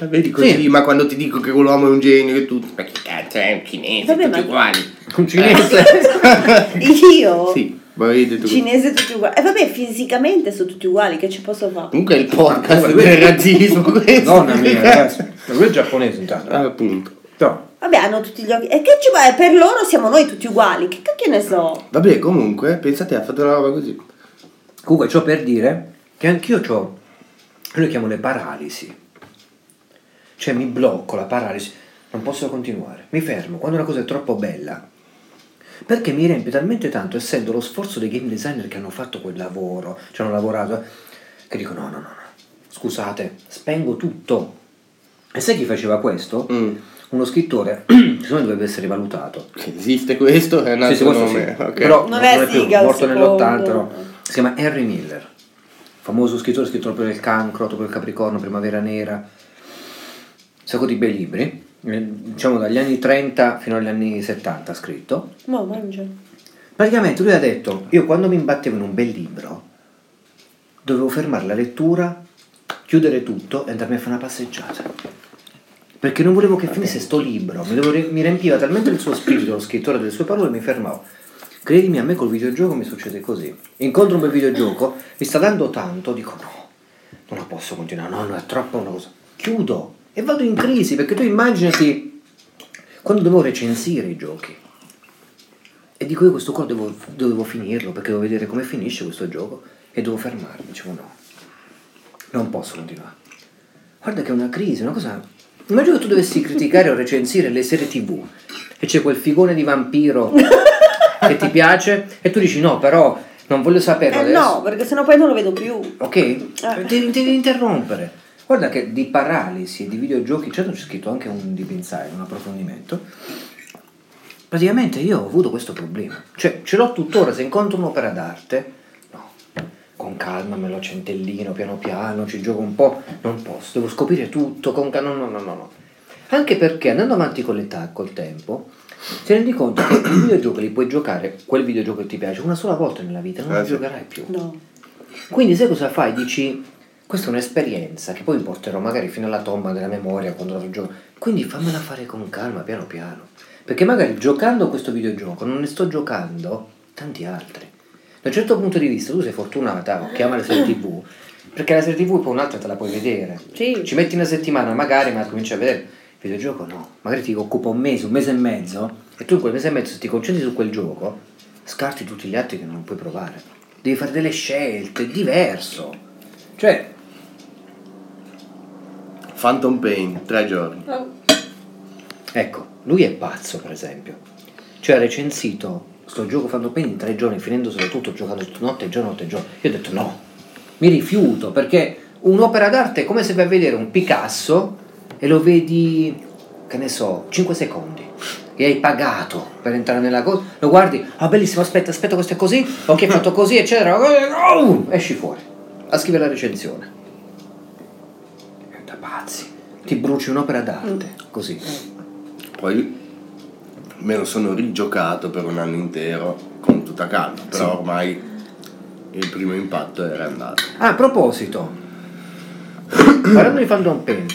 Speaker 1: Ah, Vedi così,
Speaker 2: Sì.
Speaker 1: ma quando ti dico che quell'uomo è un genio e tu. Ma che cazzo è un cinese,
Speaker 4: Vabbè,
Speaker 1: tutti
Speaker 4: ma-
Speaker 1: uguali.
Speaker 2: un
Speaker 1: Eh,
Speaker 2: cinese
Speaker 4: io
Speaker 1: Sì, ma avevi detto così.
Speaker 4: cinese tutti uguali. E vabbè, fisicamente sono tutti uguali, che ci posso fare?
Speaker 1: Comunque è il podcast
Speaker 2: Ma-
Speaker 1: del razzismo questo.
Speaker 2: donna mia ragazzi ma lui è giapponese intanto
Speaker 1: Ah, appunto.
Speaker 2: No.
Speaker 4: Vabbè, hanno tutti gli occhi. E che ci va? E Per loro siamo noi tutti uguali. Che cacchio ne so?
Speaker 1: Vabbè, comunque, pensate, ha fatto una roba così.
Speaker 2: comunque ciò per dire che anch'io ho io le chiamo le paralisi cioè mi blocco la paralisi non posso continuare mi fermo quando una cosa è troppo bella perché mi riempie talmente tanto essendo lo sforzo dei game designer che hanno fatto quel lavoro ci hanno lavorato eh, che dico no no no, no. scusate spengo tutto e sai chi faceva questo?
Speaker 1: Mm.
Speaker 2: uno scrittore secondo me dovrebbe essere valutato
Speaker 1: Che Esiste questo, è un
Speaker 2: sì,
Speaker 1: altro
Speaker 2: sì, questo
Speaker 1: nome.
Speaker 2: sì.
Speaker 1: ok.
Speaker 2: Però
Speaker 4: Non
Speaker 2: non,
Speaker 4: è
Speaker 2: è, più,
Speaker 4: Seagal,
Speaker 2: morto
Speaker 4: secondo.
Speaker 2: nell'80, no. Si chiama Henry Miller, famoso scrittore, scrittore per il cancro, per il capricorno, primavera nera, un sacco di bei libri. eh, diciamo dagli anni 30 fino agli anni 70 ha scritto.
Speaker 4: Ma Boh, mangia.
Speaker 2: Praticamente lui ha detto, io quando mi imbattevo in un bel libro, dovevo fermare la lettura, chiudere tutto e andarmi a fare una passeggiata. Perché non volevo che finisse sto libro, mi, dovevo- mi riempiva talmente il suo spirito, lo scrittore delle sue parole, mi fermavo. Credimi, a me col videogioco mi succede così. Incontro un bel videogioco, mi sta dando tanto, dico no, non la posso continuare, no, no, è troppo una cosa. Chiudo e vado in crisi, perché tu immaginati quando dovevo recensire i giochi. E dico io questo qua devo, dovevo finirlo perché devo vedere come finisce questo gioco e devo fermarmi. Dicevo no, non posso continuare. Guarda che è una crisi, una cosa... Immagino che tu dovessi criticare o recensire le serie tv e c'è quel figone di vampiro che ti piace e tu dici no però non voglio saperlo
Speaker 4: Eh
Speaker 2: adesso.
Speaker 4: no, perché sennò poi non lo vedo più.
Speaker 2: Ok? Ti ti devi interrompere. Guarda che di paralisi e di videogiochi, certo c'è scritto anche un deep inside, un approfondimento. Praticamente io ho avuto questo problema. Cioè, ce l'ho tuttora, se incontro un'opera d'arte, no, con calma me lo centellino piano piano, ci gioco un po', non posso, devo scoprire tutto con calma, no, no, no, no, no. Anche perché andando avanti con l'età, col tempo, ti rendi conto che i videogiochi li puoi giocare, quel videogioco che ti piace, una sola volta nella vita, non
Speaker 1: Eh,
Speaker 2: li
Speaker 1: sì.
Speaker 2: giocherai più.
Speaker 4: No.
Speaker 2: Quindi sai cosa fai? Dici, questa è un'esperienza che poi porterò magari fino alla tomba della memoria quando la gioco. Quindi fammela fare con calma, piano piano. Perché magari giocando a questo videogioco non ne sto giocando tanti altri. Da un certo punto di vista tu sei fortunata, o chiama le serie tv, perché la serie tv poi un'altra te la puoi vedere.
Speaker 4: Sì.
Speaker 2: Ci metti una settimana magari, ma cominci a vedere. Il videogioco no, magari ti occupa un mese, un mese e mezzo, e tu in quel mese e mezzo se ti concentri su quel gioco, scarti tutti gli altri che non puoi provare. Devi fare delle scelte, è diverso. Cioè,
Speaker 1: Phantom Pain, tre giorni.
Speaker 5: Oh.
Speaker 2: ecco, lui è pazzo per esempio. Cioè ha recensito sto gioco fatto bene in tre giorni, finendoselo tutto, giocando tutto notte e giorno, notte e giorno. Io ho detto no, mi rifiuto perché un'opera d'arte è come se vai a vedere un Picasso e lo vedi, che ne so, 5 secondi. E hai pagato per entrare nella cosa, lo guardi, ah bellissimo, aspetta, aspetta, questo è così, ok, è fatto così, eccetera, oh, esci fuori a scrivere la recensione. È da pazzi, ti bruci un'opera d'arte, così.
Speaker 1: Poi me lo sono rigiocato per un anno intero con tutta calma, però
Speaker 2: Sì.
Speaker 1: ormai il primo impatto era andato.
Speaker 2: Ah, a proposito, parlando di Phantom Pain,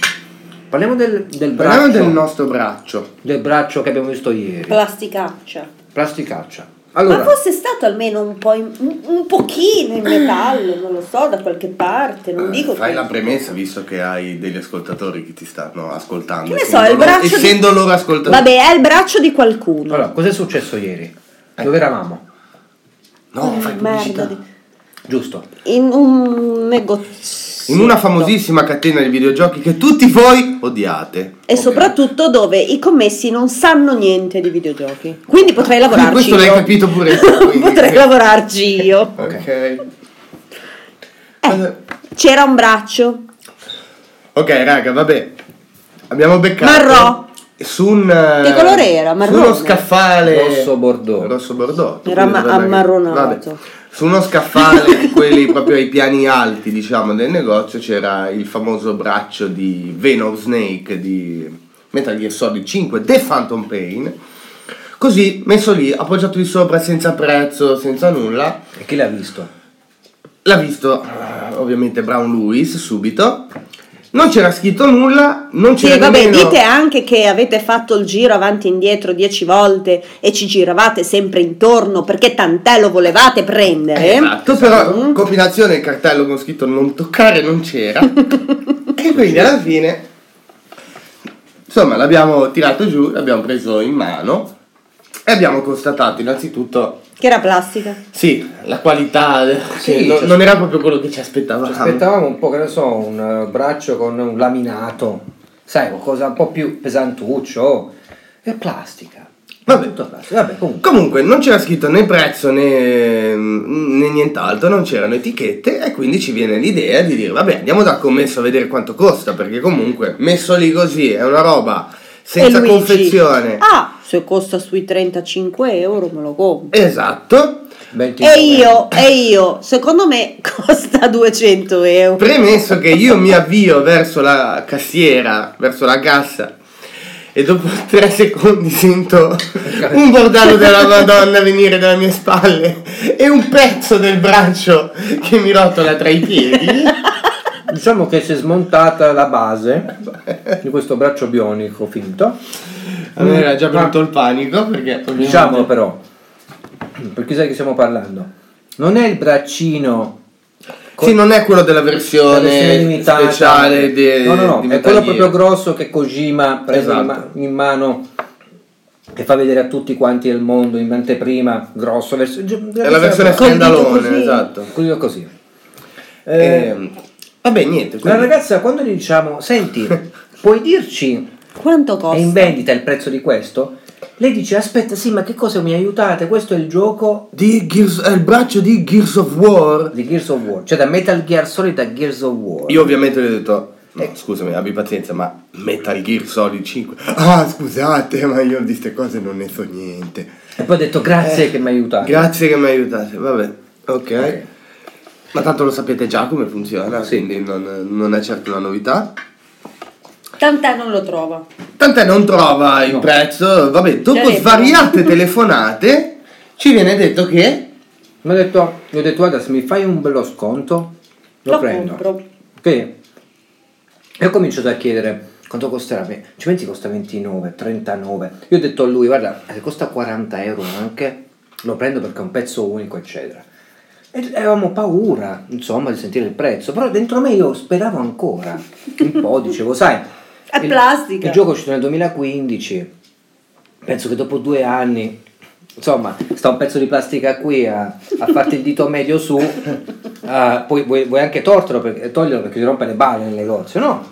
Speaker 2: parliamo del, del braccio,
Speaker 1: Parliamo del nostro braccio.
Speaker 2: del braccio che abbiamo visto ieri,
Speaker 4: Plasticaccia.
Speaker 2: plasticaccia.
Speaker 4: Ma
Speaker 2: Allora,
Speaker 4: fosse stato almeno un po' in- un, un pochino in metallo, non lo so, da qualche parte, non
Speaker 1: Eh,
Speaker 4: dico
Speaker 1: Fai
Speaker 4: che-
Speaker 1: la premessa visto che hai degli ascoltatori che ti stanno ascoltando.
Speaker 4: Che ne so,
Speaker 1: essendo
Speaker 4: il braccio
Speaker 1: loro-
Speaker 4: di-
Speaker 1: Essendo loro ascoltatori.
Speaker 4: Vabbè, è il braccio di qualcuno.
Speaker 2: allora, cos'è successo ieri? Dove eravamo?
Speaker 1: No, fai pubblicità.
Speaker 4: Merda
Speaker 2: Giusto.
Speaker 4: In un negozio.
Speaker 1: In una famosissima catena di videogiochi che tutti voi odiate.
Speaker 4: E soprattutto dove i commessi non sanno niente di videogiochi. Quindi potrei
Speaker 1: Quindi
Speaker 4: lavorarci
Speaker 1: questo l'hai
Speaker 4: io.
Speaker 1: capito pure tu. quindi-
Speaker 4: potrei lavorarci io.
Speaker 1: Ok.
Speaker 4: Eh, c'era un braccio.
Speaker 1: Ok, raga, vabbè. Abbiamo beccato.
Speaker 4: Marrò.
Speaker 1: Su un. eh,
Speaker 4: Che colore era?
Speaker 1: Su
Speaker 4: Marrone?
Speaker 1: uno scaffale.
Speaker 2: Rosso bordeaux.
Speaker 1: Rosso bordeaux.
Speaker 4: Era
Speaker 1: Quindi
Speaker 4: ma-
Speaker 1: guarda che-
Speaker 4: ammarronato.
Speaker 1: vabbè. Su uno scaffale di quelli proprio ai piani alti, diciamo, del negozio c'era il famoso braccio di Venom Snake di Metal Gear Solid 5 The Phantom Pain. Così messo lì, appoggiato di sopra senza prezzo, senza nulla.
Speaker 2: E chi l'ha visto?
Speaker 1: L'ha visto eh, ovviamente Brown Lewis subito. Non c'era scritto nulla, non c'era
Speaker 4: Sì, vabbè,
Speaker 1: nemmeno-
Speaker 4: dite anche che avete fatto il giro avanti e indietro dieci volte e ci giravate sempre intorno perché tant'è lo volevate prendere.
Speaker 1: Esatto, però in combinazione il cartello con scritto non toccare non c'era. e quindi alla fine, insomma, l'abbiamo tirato giù, l'abbiamo preso in mano e abbiamo constatato innanzitutto,
Speaker 4: Che era plastica.
Speaker 1: sì, la qualità
Speaker 2: Sì,
Speaker 1: che no-
Speaker 2: ci-
Speaker 1: non era proprio quello che ci aspettavamo.
Speaker 2: Aspettavamo un po', che ne so, un eh, braccio con un laminato, sai, qualcosa un po' più pesantuccio. È plastica.
Speaker 1: Vabbè.
Speaker 2: Tutto plastica. Vabbè, comunque.
Speaker 1: Comunque non c'era scritto né prezzo né, né nient'altro, non c'erano etichette e quindi ci viene l'idea di dire vabbè andiamo dal commesso a vedere quanto costa perché comunque messo lì così è una roba senza
Speaker 4: E Luigi,
Speaker 1: confezione.
Speaker 4: Ah, se costa sui 35 euro me lo compro.
Speaker 1: Esatto.
Speaker 2: 29.
Speaker 4: E io, e io, secondo me costa 200 euro.
Speaker 1: Premesso che io mi avvio verso la cassiera, verso la cassa e dopo tre secondi sento un bordello della Madonna venire dalle mie spalle e un pezzo del braccio che mi rotola tra i piedi.
Speaker 2: Diciamo che si è smontata la base di questo braccio bionico finto.
Speaker 1: A me era già venuto il panico perché ovviamente-
Speaker 2: Diciamolo Diciamo però, per chi sa che stiamo parlando, non è il braccino
Speaker 1: Sì, non è quello della
Speaker 2: della
Speaker 1: versione
Speaker 2: versione limitata. diciamo.
Speaker 1: speciale di
Speaker 2: no, no, no,
Speaker 1: di
Speaker 2: è
Speaker 1: Metal
Speaker 2: quello
Speaker 1: Gear.
Speaker 2: proprio grosso che Kojima prende in ma-
Speaker 1: Esatto.
Speaker 2: in, mano e fa vedere a tutti quanti al mondo in anteprima, grosso. vers-
Speaker 1: È la versione
Speaker 2: così.
Speaker 1: scandalone, esatto.
Speaker 2: Così o così. Eh,
Speaker 1: Eh, vabbè, niente.
Speaker 2: la
Speaker 1: quindi-
Speaker 2: ragazza quando gli diciamo, senti, puoi dirci
Speaker 4: Quanto
Speaker 2: è in
Speaker 4: costa?
Speaker 2: vendita il prezzo di questo? Lei dice, aspetta, sì, ma che cosa mi aiutate? Questo è il gioco
Speaker 1: Di Gears- è il braccio di Gears of War.
Speaker 2: di Gears of War, cioè da Metal Gear Solid a Gears of War.
Speaker 1: Io ovviamente le ho detto, no, scusami, abbi pazienza, ma Metal Gear Solid 5. Ah, scusate, ma io di queste cose non ne so niente.
Speaker 2: E poi ho detto grazie che mi hai aiutato.
Speaker 1: Grazie che mi aiutate, vabbè, ok.
Speaker 2: Ok.
Speaker 1: Ma tanto lo sapete già come funziona,
Speaker 2: Sì.
Speaker 1: quindi non, non è certo una novità.
Speaker 4: Tant'è non lo trova.
Speaker 1: Tant'è non trova il
Speaker 2: No.
Speaker 1: prezzo, vabbè, dopo
Speaker 4: Telefono.
Speaker 1: svariate telefonate ci viene detto che
Speaker 2: Mi ho detto, gli ho detto guarda se mi fai un bello sconto lo,
Speaker 4: Lo
Speaker 2: prendo.
Speaker 4: compro.
Speaker 2: Ok. E ho cominciato a chiedere quanto costerà. Beh, Ci pensi costa 29, 39. Io ho detto a lui guarda se costa 40 euro anche lo prendo perché è un pezzo unico eccetera. E avevamo paura insomma di sentire il prezzo, però dentro me io speravo ancora. Un po' dicevo sai
Speaker 4: È
Speaker 2: Il-
Speaker 4: plastica.
Speaker 2: Il gioco è uscito nel 2015. Penso che dopo due anni, insomma, sta un pezzo di plastica qui a, a farti il dito medio su, ah, poi vuoi, vuoi anche torterlo perché, toglierlo perché ti rompe le balle nel negozio, no?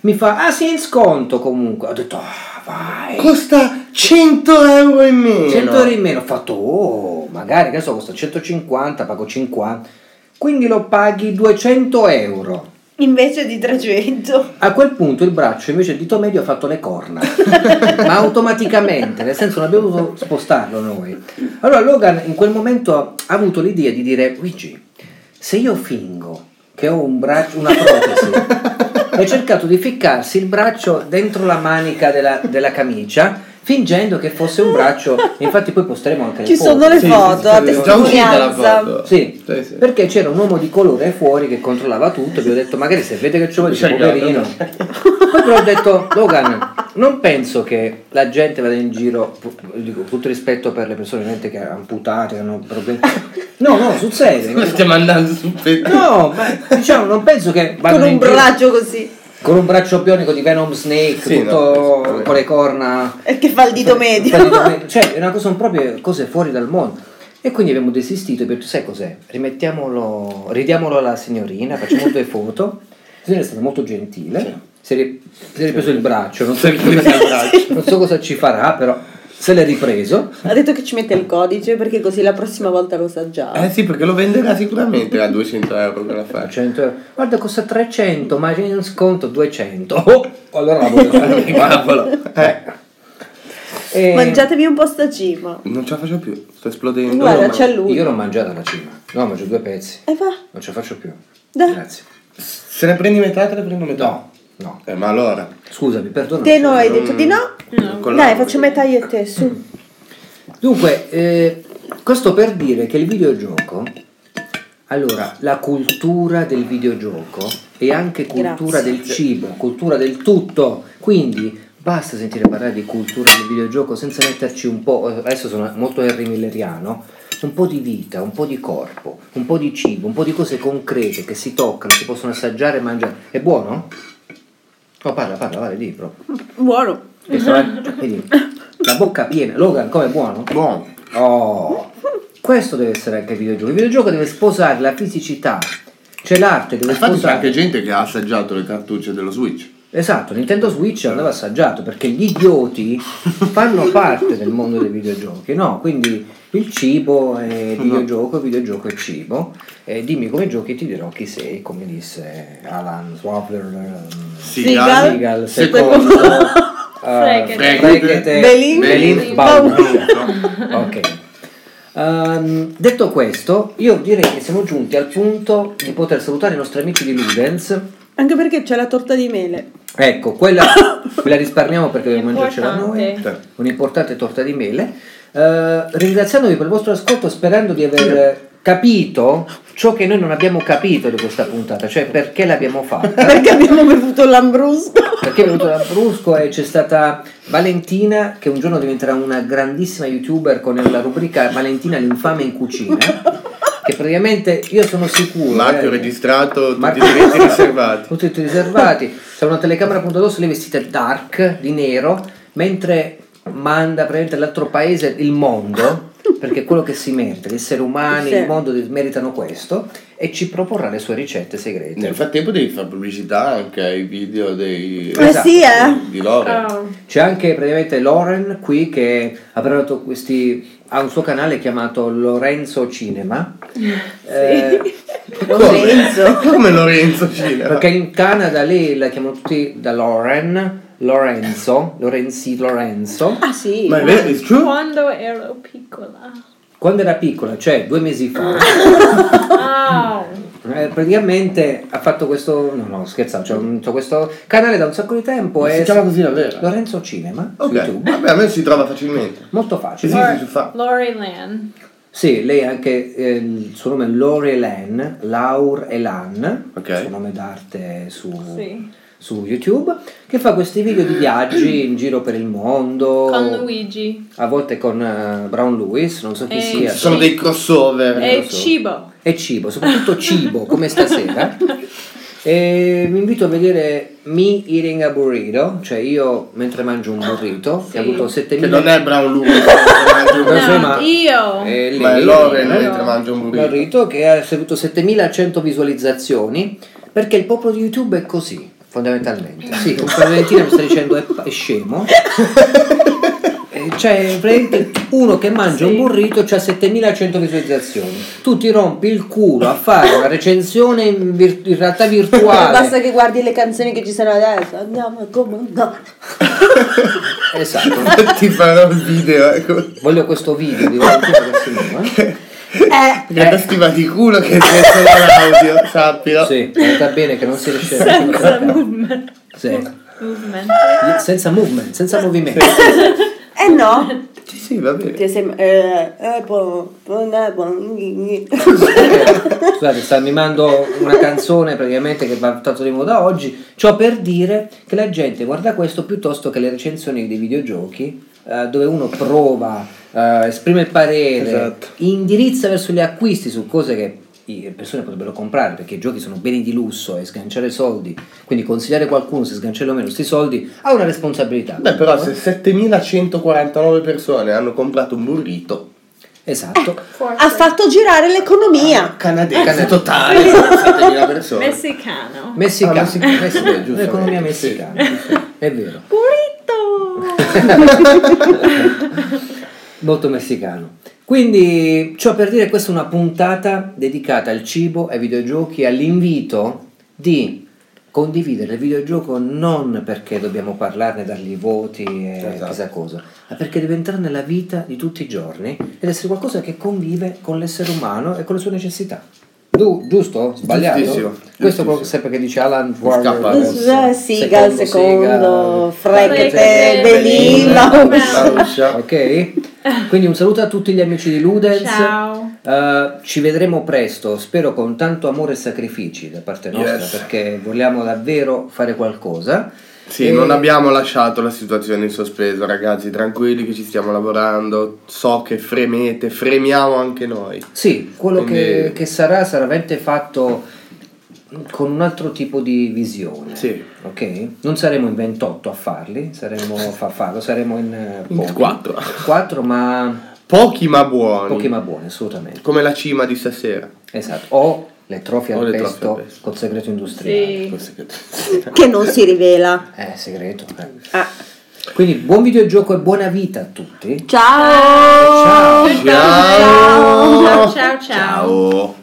Speaker 2: Mi fa, ah sì, in sconto comunque. Ho detto, ah, vai.
Speaker 1: costa 100 euro in meno.
Speaker 2: 100 euro in meno, ho fatto, oh, magari che ne so, costa 150, pago 50, quindi lo paghi 200 euro.
Speaker 4: Invece di 300.
Speaker 2: A quel punto il braccio invece il dito medio ha fatto le corna, ma automaticamente, nel senso non abbiamo dovuto spostarlo noi. Allora Logan in quel momento ha avuto l'idea di dire Luigi, se io fingo che ho un braccio, una protesi, ho cercato di ficcarsi il braccio dentro la manica della, della camicia, fingendo che fosse un braccio, infatti poi posteremo anche le
Speaker 4: Ci
Speaker 2: foto.
Speaker 4: sono le
Speaker 1: Eh, Sì, sì,
Speaker 4: foto, eh, a
Speaker 1: sì, è già uscita la
Speaker 4: testimonianza.
Speaker 1: foto.
Speaker 2: Sì,
Speaker 1: Sì, sì.
Speaker 2: perché c'era un uomo di colore fuori che controllava tutto. Vi ho detto, magari se vede che ci vuole, dice
Speaker 1: C'è il gatto,
Speaker 2: poverino.
Speaker 1: no?
Speaker 2: Poi però ho detto, Logan, non penso che la gente vada in giro, pu- dico, tutto rispetto per le persone ovviamente che hanno amputate, che hanno problemi. No, no, sul
Speaker 1: Noi
Speaker 2: serio.
Speaker 1: stiamo andando su per...
Speaker 2: No, ma diciamo, non penso che
Speaker 4: Con
Speaker 2: vadano
Speaker 4: un
Speaker 2: in giro
Speaker 4: braccio così.
Speaker 2: con un braccio bionico di Venom Snake,
Speaker 1: Sì, no,
Speaker 2: tutto
Speaker 1: questo-
Speaker 2: con le corna
Speaker 4: E che fa il dito medio.
Speaker 2: Praticamente, cioè, è una cosa, sono proprio cose fuori dal mondo. E quindi abbiamo desistito e abbiamo detto, sai cos'è? Rimettiamolo, ridiamolo alla signorina, facciamo due foto. La signora è stata molto gentile, si, è, ri- si è ripreso il braccio, non so,
Speaker 1: Sì, sì, sì.
Speaker 2: non so cosa ci farà, però se l'è ripreso.
Speaker 4: Ha detto che ci mette il codice perché così la prossima volta lo sa già.
Speaker 1: Eh sì, perché lo venderà sicuramente a 200 euro quella faccia.
Speaker 2: 100 euro. Guarda costa 300, ma viene in sconto 200. Oh, allora la voglio fare.
Speaker 1: Cavolo. Eh,
Speaker 2: E-
Speaker 4: Mangiatevi un po' sta cima.
Speaker 1: non ce la faccio più, sto esplodendo.
Speaker 4: Guarda,
Speaker 1: Ma-
Speaker 4: c'è lui.
Speaker 2: Io l'ho mangiata la cima, no, mangio due pezzi,
Speaker 4: E va.
Speaker 2: non ce la faccio più.
Speaker 4: Dai.
Speaker 2: Grazie.
Speaker 1: Se ne prendi metà, te ne prendo metà.
Speaker 2: No, no.
Speaker 1: Eh, ma allora.
Speaker 2: Scusami, perdona.
Speaker 4: Te no, hai detto di no?
Speaker 1: Con la-
Speaker 4: Dai, faccio metà io e te, su.
Speaker 2: Dunque, eh, questo per dire che il videogioco, allora, la cultura del videogioco è anche cultura
Speaker 4: Grazie.
Speaker 2: del cibo, cultura del tutto, quindi basta sentire parlare di cultura del videogioco senza metterci un po', adesso sono molto Henry Milleriano, un po' di vita, un po' di corpo, un po' di cibo, un po' di cose concrete che si toccano, si possono assaggiare e mangiare. È buono? No, parla, parla, vai, di proprio.
Speaker 4: Buono.
Speaker 2: Vedi, eh? La bocca piena. Logan, com'è buono?
Speaker 1: Buono.
Speaker 2: Oh, questo deve essere anche il videogioco. Il videogioco deve sposare la fisicità. C'è l'arte, deve
Speaker 1: Infatti c'è
Speaker 2: sposare.
Speaker 1: anche gente che ha assaggiato le cartucce dello Switch.
Speaker 2: Esatto, Nintendo Switch andava assaggiato perché gli idioti fanno parte del mondo dei videogiochi, no? Quindi il cibo è
Speaker 1: Esatto.
Speaker 2: videogioco, il videogioco è cibo. E dimmi come giochi ti dirò chi sei, come disse Alan Swabler. ehm, Seagal,
Speaker 4: Seagal.
Speaker 1: Secondo.
Speaker 2: eh,
Speaker 5: Fregate.
Speaker 2: Fregate,
Speaker 4: Belin.
Speaker 2: Belin,
Speaker 4: Baum.
Speaker 2: Baum. Ok. Ehm, detto questo, io direi che siamo giunti al punto di poter salutare i nostri amici di Ludens.
Speaker 4: Anche perché c'è la torta di mele.
Speaker 2: Ecco, quella ve la risparmiamo perché dobbiamo mangiarcela noi.
Speaker 5: Importante.
Speaker 1: Sì.
Speaker 2: Un'importante torta di mele. Eh, ringraziandovi per il vostro ascolto, sperando di aver capito ciò che noi non abbiamo capito di questa puntata, cioè perché l'abbiamo fatta.
Speaker 4: Perché abbiamo bevuto l'ambrusco?
Speaker 2: Perché è venuto da Brusco e c'è stata Valentina che un giorno diventerà una grandissima youtuber con la rubrica Valentina l'infame in cucina. Che praticamente io sono sicuro.
Speaker 1: Marchio
Speaker 2: eh,
Speaker 1: registrato, tutti i
Speaker 2: Marchio-
Speaker 1: diritti riservati.
Speaker 2: tutti riservati. C'è una telecamera punta addosso, lei è vestita dark, di nero, mentre manda praticamente all'altro paese il mondo, perché è quello che si merita, gli esseri umani,
Speaker 4: Sì.
Speaker 2: il mondo meritano questo, e ci proporrà le sue ricette
Speaker 1: Nel
Speaker 2: segrete.
Speaker 1: frattempo devi fare pubblicità anche ai video dei... Esatto,
Speaker 4: Eh sì, eh.
Speaker 1: Di Lore.
Speaker 5: Oh,
Speaker 2: C'è anche praticamente Loren qui che ha preparato questi ha un suo canale chiamato Lorenzo Cinema. Eh,
Speaker 4: Lorenzo.
Speaker 1: Come Lorenzo Cinema.
Speaker 2: perché in Canada lei la chiamano tutti da Loren, Lorenzo, Lorenzi Lorenzo.
Speaker 4: Ah sì.
Speaker 1: Ma è vero, it's true?
Speaker 5: quando ero piccola.
Speaker 2: Quando era piccola, cioè due mesi fa,
Speaker 5: Wow.
Speaker 2: eh, praticamente ha fatto questo. No, no, scherzavo, cioè, un- c'ho questo canale da un sacco di tempo.
Speaker 1: Si
Speaker 2: e
Speaker 1: chiama così davvero?
Speaker 2: Lorenzo Cinema su
Speaker 1: Ok,
Speaker 2: YouTube.
Speaker 1: vabbè, a me si trova facilmente.
Speaker 2: Molto facile.
Speaker 1: Esiste su fa.
Speaker 5: Lori Lan.
Speaker 2: Sì, lei anche eh, il suo nome è Lore Lan, Laur Elan,
Speaker 1: Ok.
Speaker 2: il suo nome d'arte su,
Speaker 5: Sì.
Speaker 2: su YouTube, che fa questi video di viaggi in giro per il mondo.
Speaker 5: Con Luigi.
Speaker 2: A volte con eh, Brown Lewis, non so chi
Speaker 5: E-
Speaker 2: sia.
Speaker 1: Ci sono dei crossover.
Speaker 5: E
Speaker 2: Eh, so.
Speaker 5: Cibo.
Speaker 2: E cibo, soprattutto cibo, come stasera. E vi invito a vedere Me Eating a Burrito, cioè io mentre mangio un burrito, che ha
Speaker 5: Sì.
Speaker 2: avuto
Speaker 1: Che
Speaker 2: 7000...
Speaker 1: non è Brown Lewis. che mangia un
Speaker 2: Lo so,
Speaker 1: burrito.
Speaker 5: No,
Speaker 2: ma-
Speaker 5: io.
Speaker 2: Eh,
Speaker 1: Ma è
Speaker 2: lei-
Speaker 1: Lore
Speaker 5: no.
Speaker 1: mentre mangia un
Speaker 2: un
Speaker 1: burrito.
Speaker 2: rito che ha ricevuto 7100 visualizzazioni perché il popolo di YouTube è così fondamentalmente sì un Valentino mi sta dicendo è, è scemo Eh, cioè praticamente uno che mangia un burrito ha 7100 visualizzazioni tu ti rompi il culo a fare una recensione in, vir- in realtà virtuale
Speaker 4: Basta che guardi le canzoni che ci sono adesso. Andiamo a comandare.
Speaker 2: esatto
Speaker 1: Ti farò il video, ecco.
Speaker 2: voglio questo video di Valentino Cassinova
Speaker 4: Eh,
Speaker 1: Perché da stiva di culo che c'è solo l'audio, sappilo.
Speaker 2: sì va bene che non si riesce a
Speaker 5: Senza movement.
Speaker 2: Sì.
Speaker 5: Movement.
Speaker 2: senza movement senza movimento
Speaker 4: eh no.
Speaker 1: Sì, sì, va bene.
Speaker 4: Che sem- eh, eh, po- po- ne- po-
Speaker 2: Scusate, sta mimando una canzone praticamente che va tanto di moda oggi. Ciò per dire che la gente guarda questo piuttosto che le recensioni dei videogiochi, eh, dove uno prova, eh, esprime il parere,
Speaker 1: Esatto.
Speaker 2: indirizza verso gli acquisti su cose che le persone potrebbero comprare perché i giochi sono beni di lusso e sganciare soldi quindi consigliare a qualcuno se sganciare o meno questi soldi ha una responsabilità
Speaker 1: Beh, però se 7149 persone hanno comprato un burrito
Speaker 2: esatto
Speaker 5: Forse.
Speaker 4: ha fatto girare l'economia.
Speaker 1: canadese,
Speaker 2: Canadese.
Speaker 1: totale, 7000 Eh, persone.
Speaker 5: Messicano.
Speaker 2: messicano
Speaker 1: Ah, messicano,
Speaker 2: messicano,
Speaker 1: giustamente,
Speaker 2: l'economia
Speaker 1: sì.
Speaker 2: messicana è vero
Speaker 5: Burrito.
Speaker 2: molto messicano. Quindi, ciò per dire, questa è una puntata dedicata al cibo, ai videogiochi, all'invito di condividere il videogioco non perché dobbiamo parlarne, dargli voti e
Speaker 1: Esatto.
Speaker 2: chissà cosa, ma perché deve entrare nella vita di tutti i giorni ed essere qualcosa che convive con l'essere umano e con le sue necessità. Du- giusto? Sbagliato?
Speaker 1: Giustissimo,
Speaker 2: Questo
Speaker 1: giustissimo.
Speaker 2: è quello che sempre che dice Alan
Speaker 1: scappa
Speaker 2: Warner.
Speaker 1: adesso.
Speaker 2: Secondo,
Speaker 4: Siga, il
Speaker 2: Segal,
Speaker 4: secondo, Fregate, Benilla.
Speaker 1: Lauscia.
Speaker 2: Ok, quindi un saluto a tutti gli amici di Ludens.
Speaker 5: Ciao.
Speaker 2: Eh, ci vedremo presto, spero con tanto amore e sacrifici da parte nostra
Speaker 1: Yes.
Speaker 2: perché vogliamo davvero fare qualcosa.
Speaker 1: Sì,
Speaker 2: E-
Speaker 1: non abbiamo lasciato la situazione in sospeso, ragazzi, tranquilli che ci stiamo lavorando. So che fremete, fremiamo anche noi.
Speaker 2: Sì, quello che,
Speaker 1: Quindi-
Speaker 2: che sarà sarà veramente fatto con un altro tipo di visione.
Speaker 1: Sì.
Speaker 2: Ok? Non saremo in 28 a farli, saremo a farlo, saremo in, eh,
Speaker 1: In
Speaker 2: pochi.
Speaker 1: quattro.
Speaker 2: Quattro, ma
Speaker 1: Pochi ma buoni.
Speaker 2: pochi ma buoni, assolutamente.
Speaker 1: Come la cima di stasera.
Speaker 2: Esatto. O le trofie
Speaker 1: O
Speaker 2: al
Speaker 1: le trofie
Speaker 2: pesto
Speaker 1: al pesto.
Speaker 2: col segreto industriale.
Speaker 5: Sì.
Speaker 4: Che non si rivela.
Speaker 2: Eh, segreto. eh.
Speaker 4: Ah,
Speaker 2: Quindi buon videogioco e buona vita a tutti.
Speaker 4: Ciao.
Speaker 1: Ciao.
Speaker 2: Ciao.
Speaker 5: Ciao, ciao, ciao.
Speaker 1: Ciao.